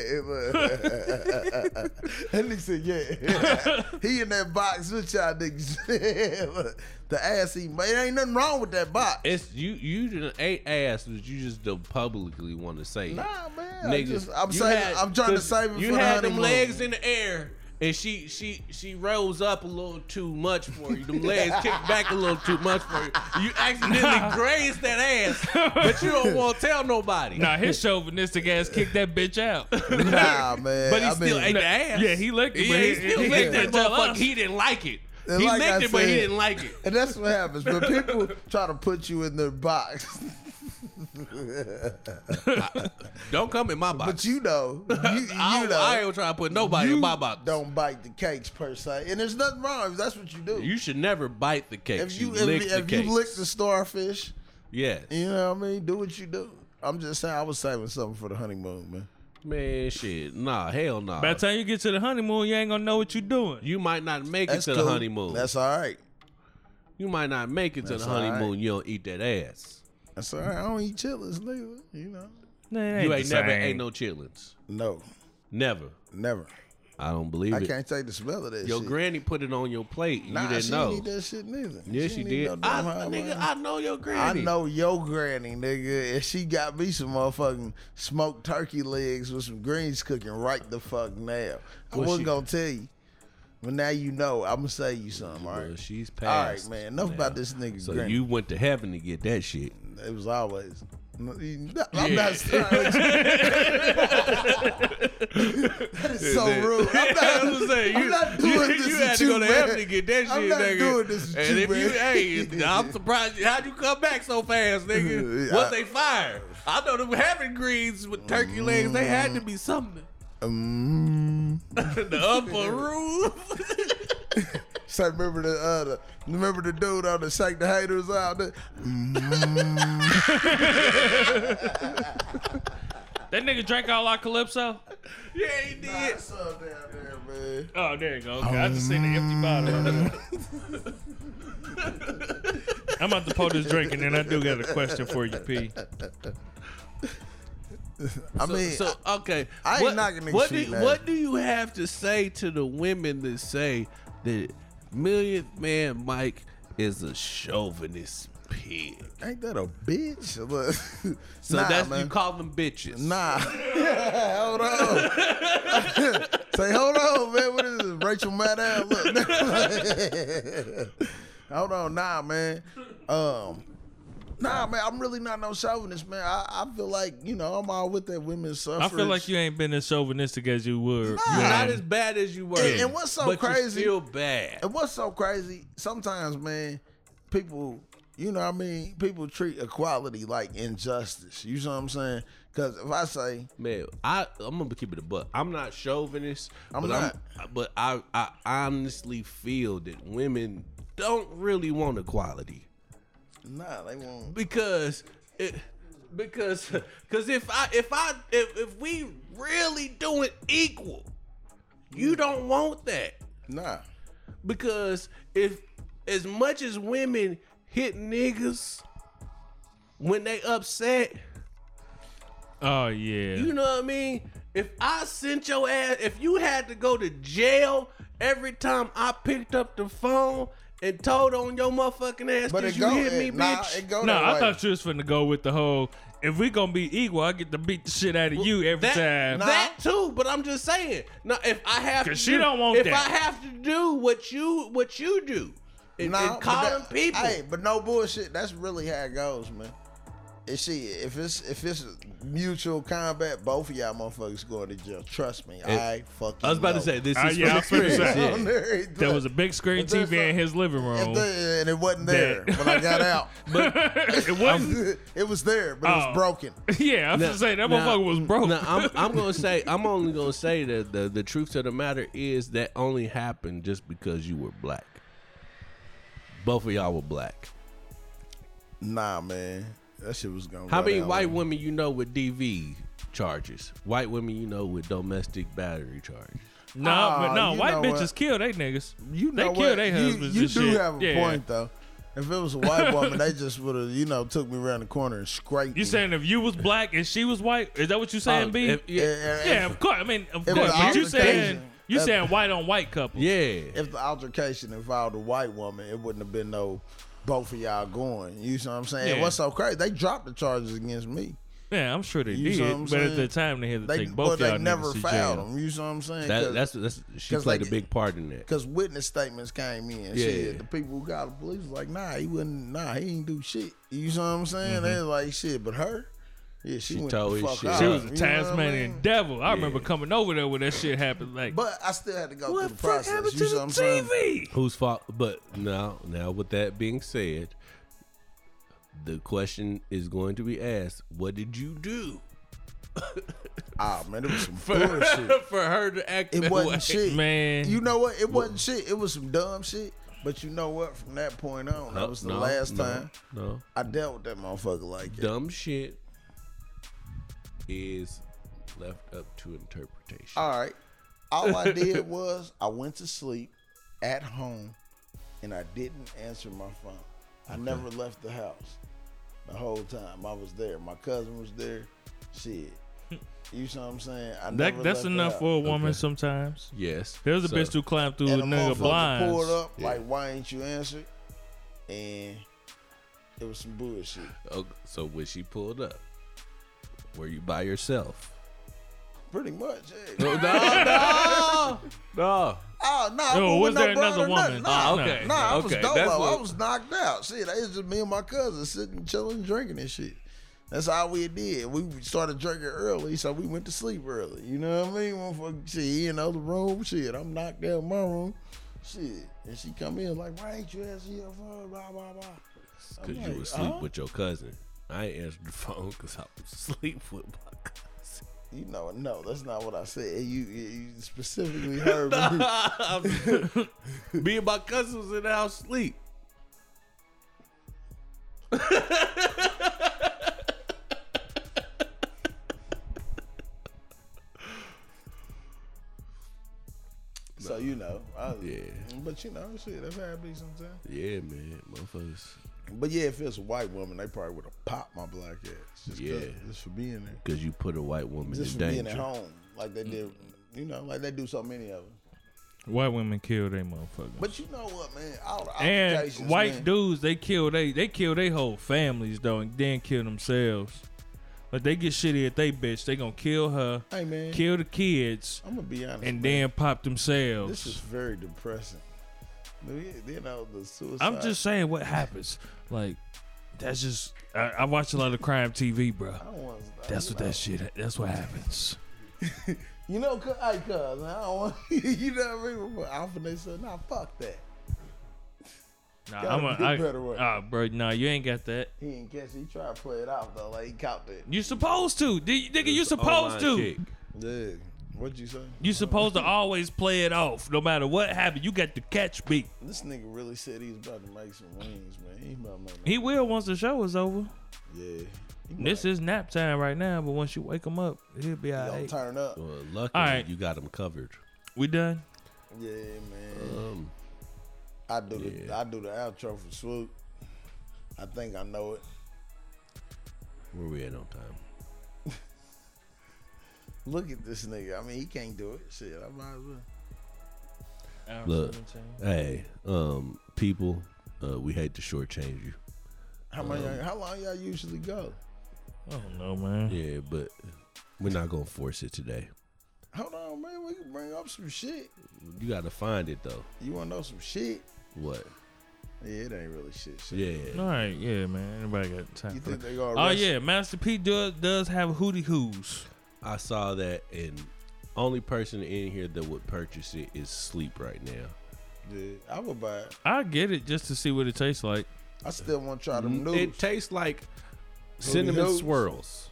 it was." that nigga said, yeah. he in that box with y'all niggas. the ass he made. Ain't nothing wrong with that box. It's you. You just ain't ass, but you just don't publicly want to say. it. Nah, man. I Niggas, just, I'm, you saving, had- I'm trying to 'cause save it You for had the them honeymoon. legs in the air, and she she she rose up a little too much for you. Them legs kicked back a little too much for you. You accidentally grazed that ass, but you don't want to tell nobody. Nah, his chauvinistic ass kicked that bitch out. Nah, man. But he I still mean, ate the ass. Yeah, he licked it, Yeah, but he still he licked that didn't tell motherfucker. us. He didn't like it. And he like licked I it, but he said- didn't like it. And that's what happens when people try to put you in their box. Don't come in my box. But you know, you, you I, don't- know, I ain't trying to put nobody you in my box. don't bite the cakes per se, and there's nothing wrong if that's what you do. You should never bite the cake. if you, lick if, the if cake. you lick the starfish, yes. you know what I mean. Do what you do. I'm just saying, I was saving something for the honeymoon, man. Man, shit. Nah, hell nah. By the time you get to the honeymoon, you ain't gonna know what you doing. you might not make it That's to cool. the honeymoon. That's all right. you might not make it to the all right. honeymoon. You don't eat that ass. That's all right. I don't eat chitlins, nigga. You know, Nah, it You the ain't never same. ate no chitlins. no, Never. never. I don't believe I it. can't take the smell of that. Your shit. granny put it on your plate. and nah, you didn't she know. Didn't eat that shit neither. yeah, she, didn't eat did. no I, damn hot nigga, wine. I know your I granny. know your granny, nigga, and she got me some motherfucking smoked turkey legs with some greens cooking right the fuck now. I Well, wasn't she- gonna tell you, but now you know. I'm gonna say you something, all right? Well, she's all right, passed. man. Enough now. about this nigga. So granny. you went to heaven to get that shit. it was always. I'm not sorry. that is so rude. I'm That's not, what I'm saying. You, I'm not doing you, this you with had to you, go to man. heaven to get that shit, I'm not nigga. doing this with and you, if you, man. hey, I'm surprised. you- How'd you come back so fast, nigga? Yeah, Was I- they fired? I know them having greens with turkey legs. They had to be something. Mm. the upper roof. So remember the, uh, the remember the dude on the shake the haters out there. That nigga drank all our calypso. yeah, he did. It's up down there, man. Oh, there you go. Okay, I just seen the empty bottle. I'm about to pour this drink, and then I do got a question for you, P. I mean, so okay, I ain't what, knocking niggas what do, shooting you- at what it. do you have to say to the women that say that Million Man Mike is a chauvinist pig? ain't that a bitch? Look, So nah, that's man. you call them bitches. nah. hold on. Say, hold on, man. What is this, Rachel Maddow? Look, hold on, nah, man. Um, nah, man. I'm really not no chauvinist, man. I, I feel like you know I'm all with that women's I suffrage. feel like you ain't been as chauvinistic as you would. You're when- not as bad as you were. And- and what's so but you're crazy- still bad. And what's so crazy, sometimes, man, people, you know what I mean? People treat equality like injustice. You know what I'm saying? Because if I say, Man, I I'm gonna keep it a buck. I'm not chauvinist. I'm but but I I honestly feel that women don't really want equality. nah, they won't. because it, because because if I if I if, if we really do it equal, Mm. you don't want that Nah. because if as much as women hit niggas when they upset, Oh yeah. you know what I mean. If I sent your ass, if you had to go to jail every time I picked up the phone and told on your motherfucking ass, But because it you go, hit me, it, nah, bitch. it go No, that I way. thought you was finna go with the whole. If we gonna be equal, I get to beat the shit out of you every that, time. nah. That too, but I'm just saying. No, if I have to, 'Cause she do- don't want if that. I have to do what you what you do, and, Nah, and but calling that- people, Hey, but no bullshit. That's really how it goes, man. And see, if it's if it's mutual combat, both of y'all motherfuckers going to jail. Trust me, I fucking. I was about to say this Uh, is yeah, I from was finna say. experience. yeah. There was a big screen If there's TV in a- his living room. and it wasn't there That- when I got out. it wasn't. it was there, but it Oh. was broken. yeah, I'm Now- just saying that now- motherfucker was broke. Now, I'm, I'm gonna say I'm only gonna say that the, the truth of the matter is that only happened just because you were black. Both of y'all were black. Nah, man, that shit was gonna. How run many out. white women you know with DV charges? White women you know with domestic battery charges? no, Ah, but no, you white know bitches what? kill they niggas. You they know kill what? they You- husbands. You, and do shit. have a yeah. point though. If it was a white woman, they just would have, you know, took me around the corner and scraped You me. saying if you was black and she was white, is that what you saying, B? Uh, if- yeah, Yeah, yeah, yeah, of course. I mean, of If course. the But you saying altercation- you if- saying white on white couple? yeah. if the altercation involved a white woman, it wouldn't have been no both of y'all going. You see what I'm saying? Yeah. What's so crazy? They dropped the charges against me. Yeah, I'm sure they You see what I'm did. But at saying? the time, they had to They take well, both they y'all never niggas to found jail. them. You see what I'm saying? That, 'Cause- that's that's she 'cause played a like it- big part in that. Cause witness statements came in. Yeah. Shit, the people who got the police was like, nah, he wouldn't, nah, he ain't do shit. You see what I'm saying? They was like, shit, but her, yeah, Mm-hmm. she, She went told the his fuck shit. out. She was a You know what I Tasmanian mean? devil. I remember coming over there when that shit happened. Like, But I still had to go what through the the fuck process. happened you to see the what I'm saying? TV? Whose fault? But now, now with that being said, the question is going to be asked: What did you do Ah man, it was some bullshit. for her to act? It that wasn't way? shit. Man, You know what? It wasn't shit. It was some dumb shit. But you know what? From that point on, No, that was the no, last no, time No, I dealt with that motherfucker like that. dumb shit is left up to interpretation. All right. All I did was I went to sleep at home and I didn't answer my phone. I never left the house the whole time. I was there. My cousin was there. Shit. You see what I'm saying? I never that, that's left the enough house. for a woman sometimes. yes, There's a So, bitch who climbed through a and the nigga motherfucker pulled blinds. up like, why ain't you answered? And it was some bullshit. oh, so when she pulled up, were you by yourself? Pretty much. yeah. No, no, no. Oh no! I Yo, wasn't was with no there brother another or woman? nothing. Nah, Oh, okay. nah, I Okay, was dolo. that's what- I was knocked out. Shit, it was just me and my cousin sitting, chilling, drinking and shit. That's all we did. We started drinking early, so we went to sleep early. You know what I mean? Motherfucker, shit, he in the other room. Shit, I'm knocked out in my room. Shit, and she come in like, why ain't you answering your phone? Blah blah blah. Because you like, were asleep huh? with your cousin. I ain't answered the phone because I was asleep with my cousin. You know, no, that's not what I said. You, you specifically heard me. Me and my cousin was in the house sleep. so you know, I, Yeah. But you know, shit, that happens sometimes. Yeah, man. Motherfuckers. But yeah, if it's a white woman, they probably would have popped my black ass. Just 'cause- Yeah. just for being there, Because you put a white woman just in for being at danger. home, like they did. You know, like they do so many of them. White women kill they motherfuckers. But you know what, man? All the and altercations, white man, dudes, they kill they they kill they whole families though, and then kill themselves. But they get shitty at they bitch. They gonna kill her, Hey man, kill the kids, I'm gonna be honest. and man. then pop themselves. this is very depressing. You you know the suicide. I'm just saying what happens. Like that's just I, I watch a lot of crime TV, bro. I don't want. That's what you know, that shit. That's what happens. You know, cause, hey, cuz I don't want. you know what I mean? But Alpha they said, nah, fuck that. Nah, Gotta I'm be a, I, better with it. ah, bro. Nah, you ain't got that. He didn't catch. it. He tried to play it off though. Like he caught that. You supposed to, D- nigga. You supposed Online to. chick. Yeah. What'd you say? You supposed to always play it off, no matter what happened. You got the catch beat. This nigga really said he was about to make some wings, man. He about to make. He will once the show is over. Yeah. He This is nap time right now, but once you wake him up, he'll be all gonna right. turn up. Well, luckily, Alright. you got them covered. We done? Yeah, man. Um, I do the I do the outro for Swoop. I think I know it. where we at on time? Look at this nigga. I mean, he can't do it. Shit, I might as well. Look. Hey, um, people, uh, we hate to shortchange you. How many? Um, y'all- How long y'all usually go? I don't know, man. Yeah, but we're not going to force it today. Hold on, man. We can bring up some shit. You got to find it, though. You want to know some shit? What? Yeah, it ain't really shit. shit. Yeah. All right, yeah, man. Everybody got time. You For think that. they gonna? Oh arrest- yeah, Master P does does have hootie hoos. I saw that, and only person in here that would purchase it is sleep right now. Yeah, I would buy it. I get it just to see what it tastes like. I still want to try them noodles. It tastes like cinnamon hoes? swirls.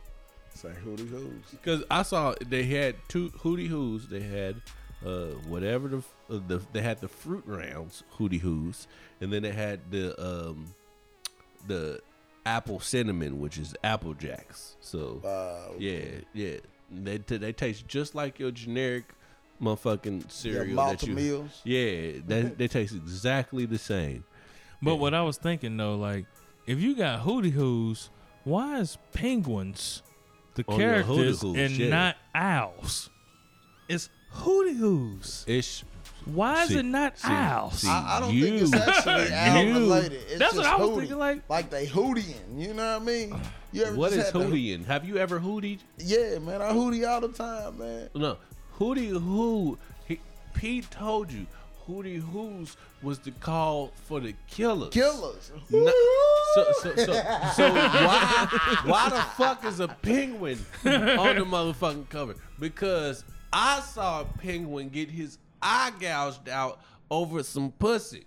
Say hootie hoos. Because I saw they had two hootie hoos. They had uh, whatever the, f- uh, the they had the fruit rounds hootie hoos, and then they had the um, the apple cinnamon, which is apple jacks. So Uh, yeah, yeah, they t- they taste just like your generic motherfucking yeah, cereal that Malta you. meals. Yeah, they, they taste exactly the same. But what I was thinking though, like if you got hootie hoos, why is penguins the On the hootie characters hoos, and yeah. not owls? It's hootie hoos. Ish. Why is See- it not see- owls? see. I, I don't You. think it's actually owl You. related. It's That's just what I was hootie. thinking, like- they hootian. You know what I mean? You ever What just is had the- hootie? Have you ever hootied? Yeah, man, I hootie all the time, man. No, Hootie Who. He, Pete told you Hootie Who's was the call for the killers. Killers. No- so, so, so, so why, why the fuck is a penguin on the motherfucking cover? Because I saw a penguin get his eye gouged out over some pussy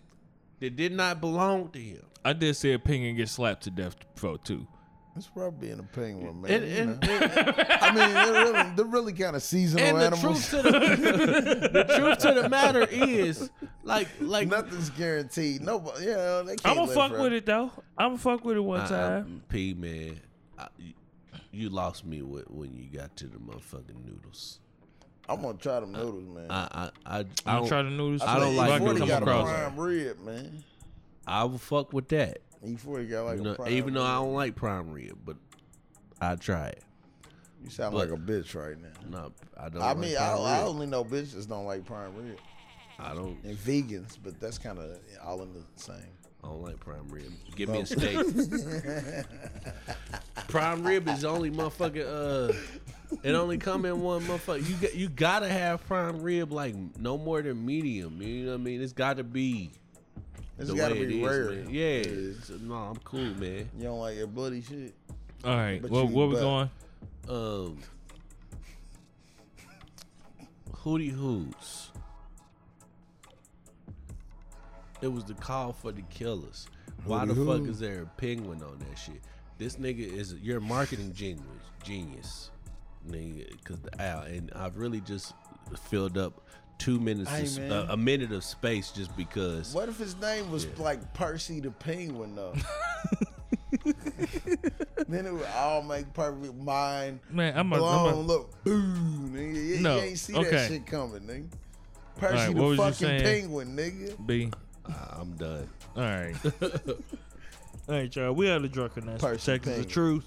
that did not belong to him. I did see a penguin get slapped to death before too. It's probably being a penguin, man. And, you and, know. and, I mean, they're really, they're really kind of seasonal and the animals. truth to the, the truth to the matter is, like, like Nothing's guaranteed. Nobody, yeah, they can't. I'm gonna live fuck forever. with it though. I'm gonna fuck with it one I- time. I'm- P man, I, you, you lost me wh- when you got to the motherfucking noodles. I'm gonna try them noodles, man. I I I, I I'm don't, gonna try the noodles. I don't if like I noodles. can Forty come got a across. it. prime rib, man. I will fuck with that. He forty got like You know, a prime. even though rib. I don't like prime rib, but I try it. you sound but- like a bitch right now. No, I don't. I like mean, I, prime I rib. only know bitches don't like prime rib I don't. and vegans, but that's kind of all in the same. I don't like prime rib. Give me a steak. prime rib is only motherfucking. Uh, it only come in one motherfucker. You got you gotta have prime rib like no more than medium. You know what I mean? It's got to be It's the gotta way be it is, rare. man. Yeah. it's- No, I'm cool, man. You don't like your bloody shit. All right, But well, you where we butt. going? Um, hootie hoots. It was the call for the killers. Why the fuck is there a penguin on that shit? This nigga is your marketing genius, genius, nigga. Cause the owl, and I've really just filled up two minutes, Hey, of sp- man. uh, a minute of space just because. What if his name was like Percy the Penguin though? then it would all make perfect mind. Man, I'm a- I'm blown. a- look, boom, nigga. You, No, you ain't see okay. that shit coming, nigga. Percy right, what was the you fucking saying? penguin, nigga. B. I'm done. All right. All right, y'all. We are the drunkenness Person protectors thing. of truth.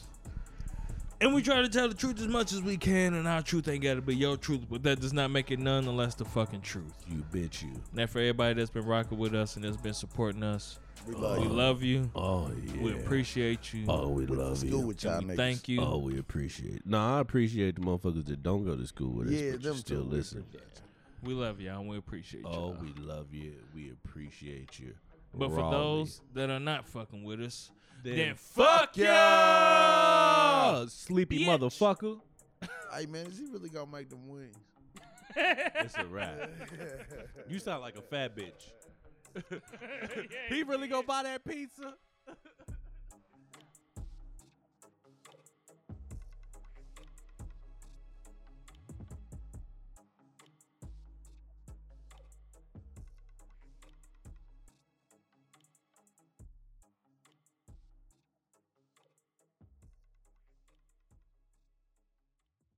And we try to tell the truth as much as we can, and our truth ain't gotta be your truth, but that does not make it none unless the fucking truth. You bitch, you. Now, for everybody that's been rocking with us and that's been supporting us, We like we it. love you. Oh yeah. We appreciate you. Oh, we Let's love go you. with y'all we niggas. thank you. Oh, we appreciate. It. No, I appreciate the motherfuckers that don't go to school with us, Yeah, but them you still too, we listen. We love y'all and we appreciate Oh, y'all. we love you. We appreciate you. but for Rawly. those that are not fucking with us, then, fuck fuck y'all! Oh, sleepy Bitch. motherfucker. Hey man, is he really gonna make them wings? It's a wrap. you sound like a fat bitch. he really gonna buy that pizza?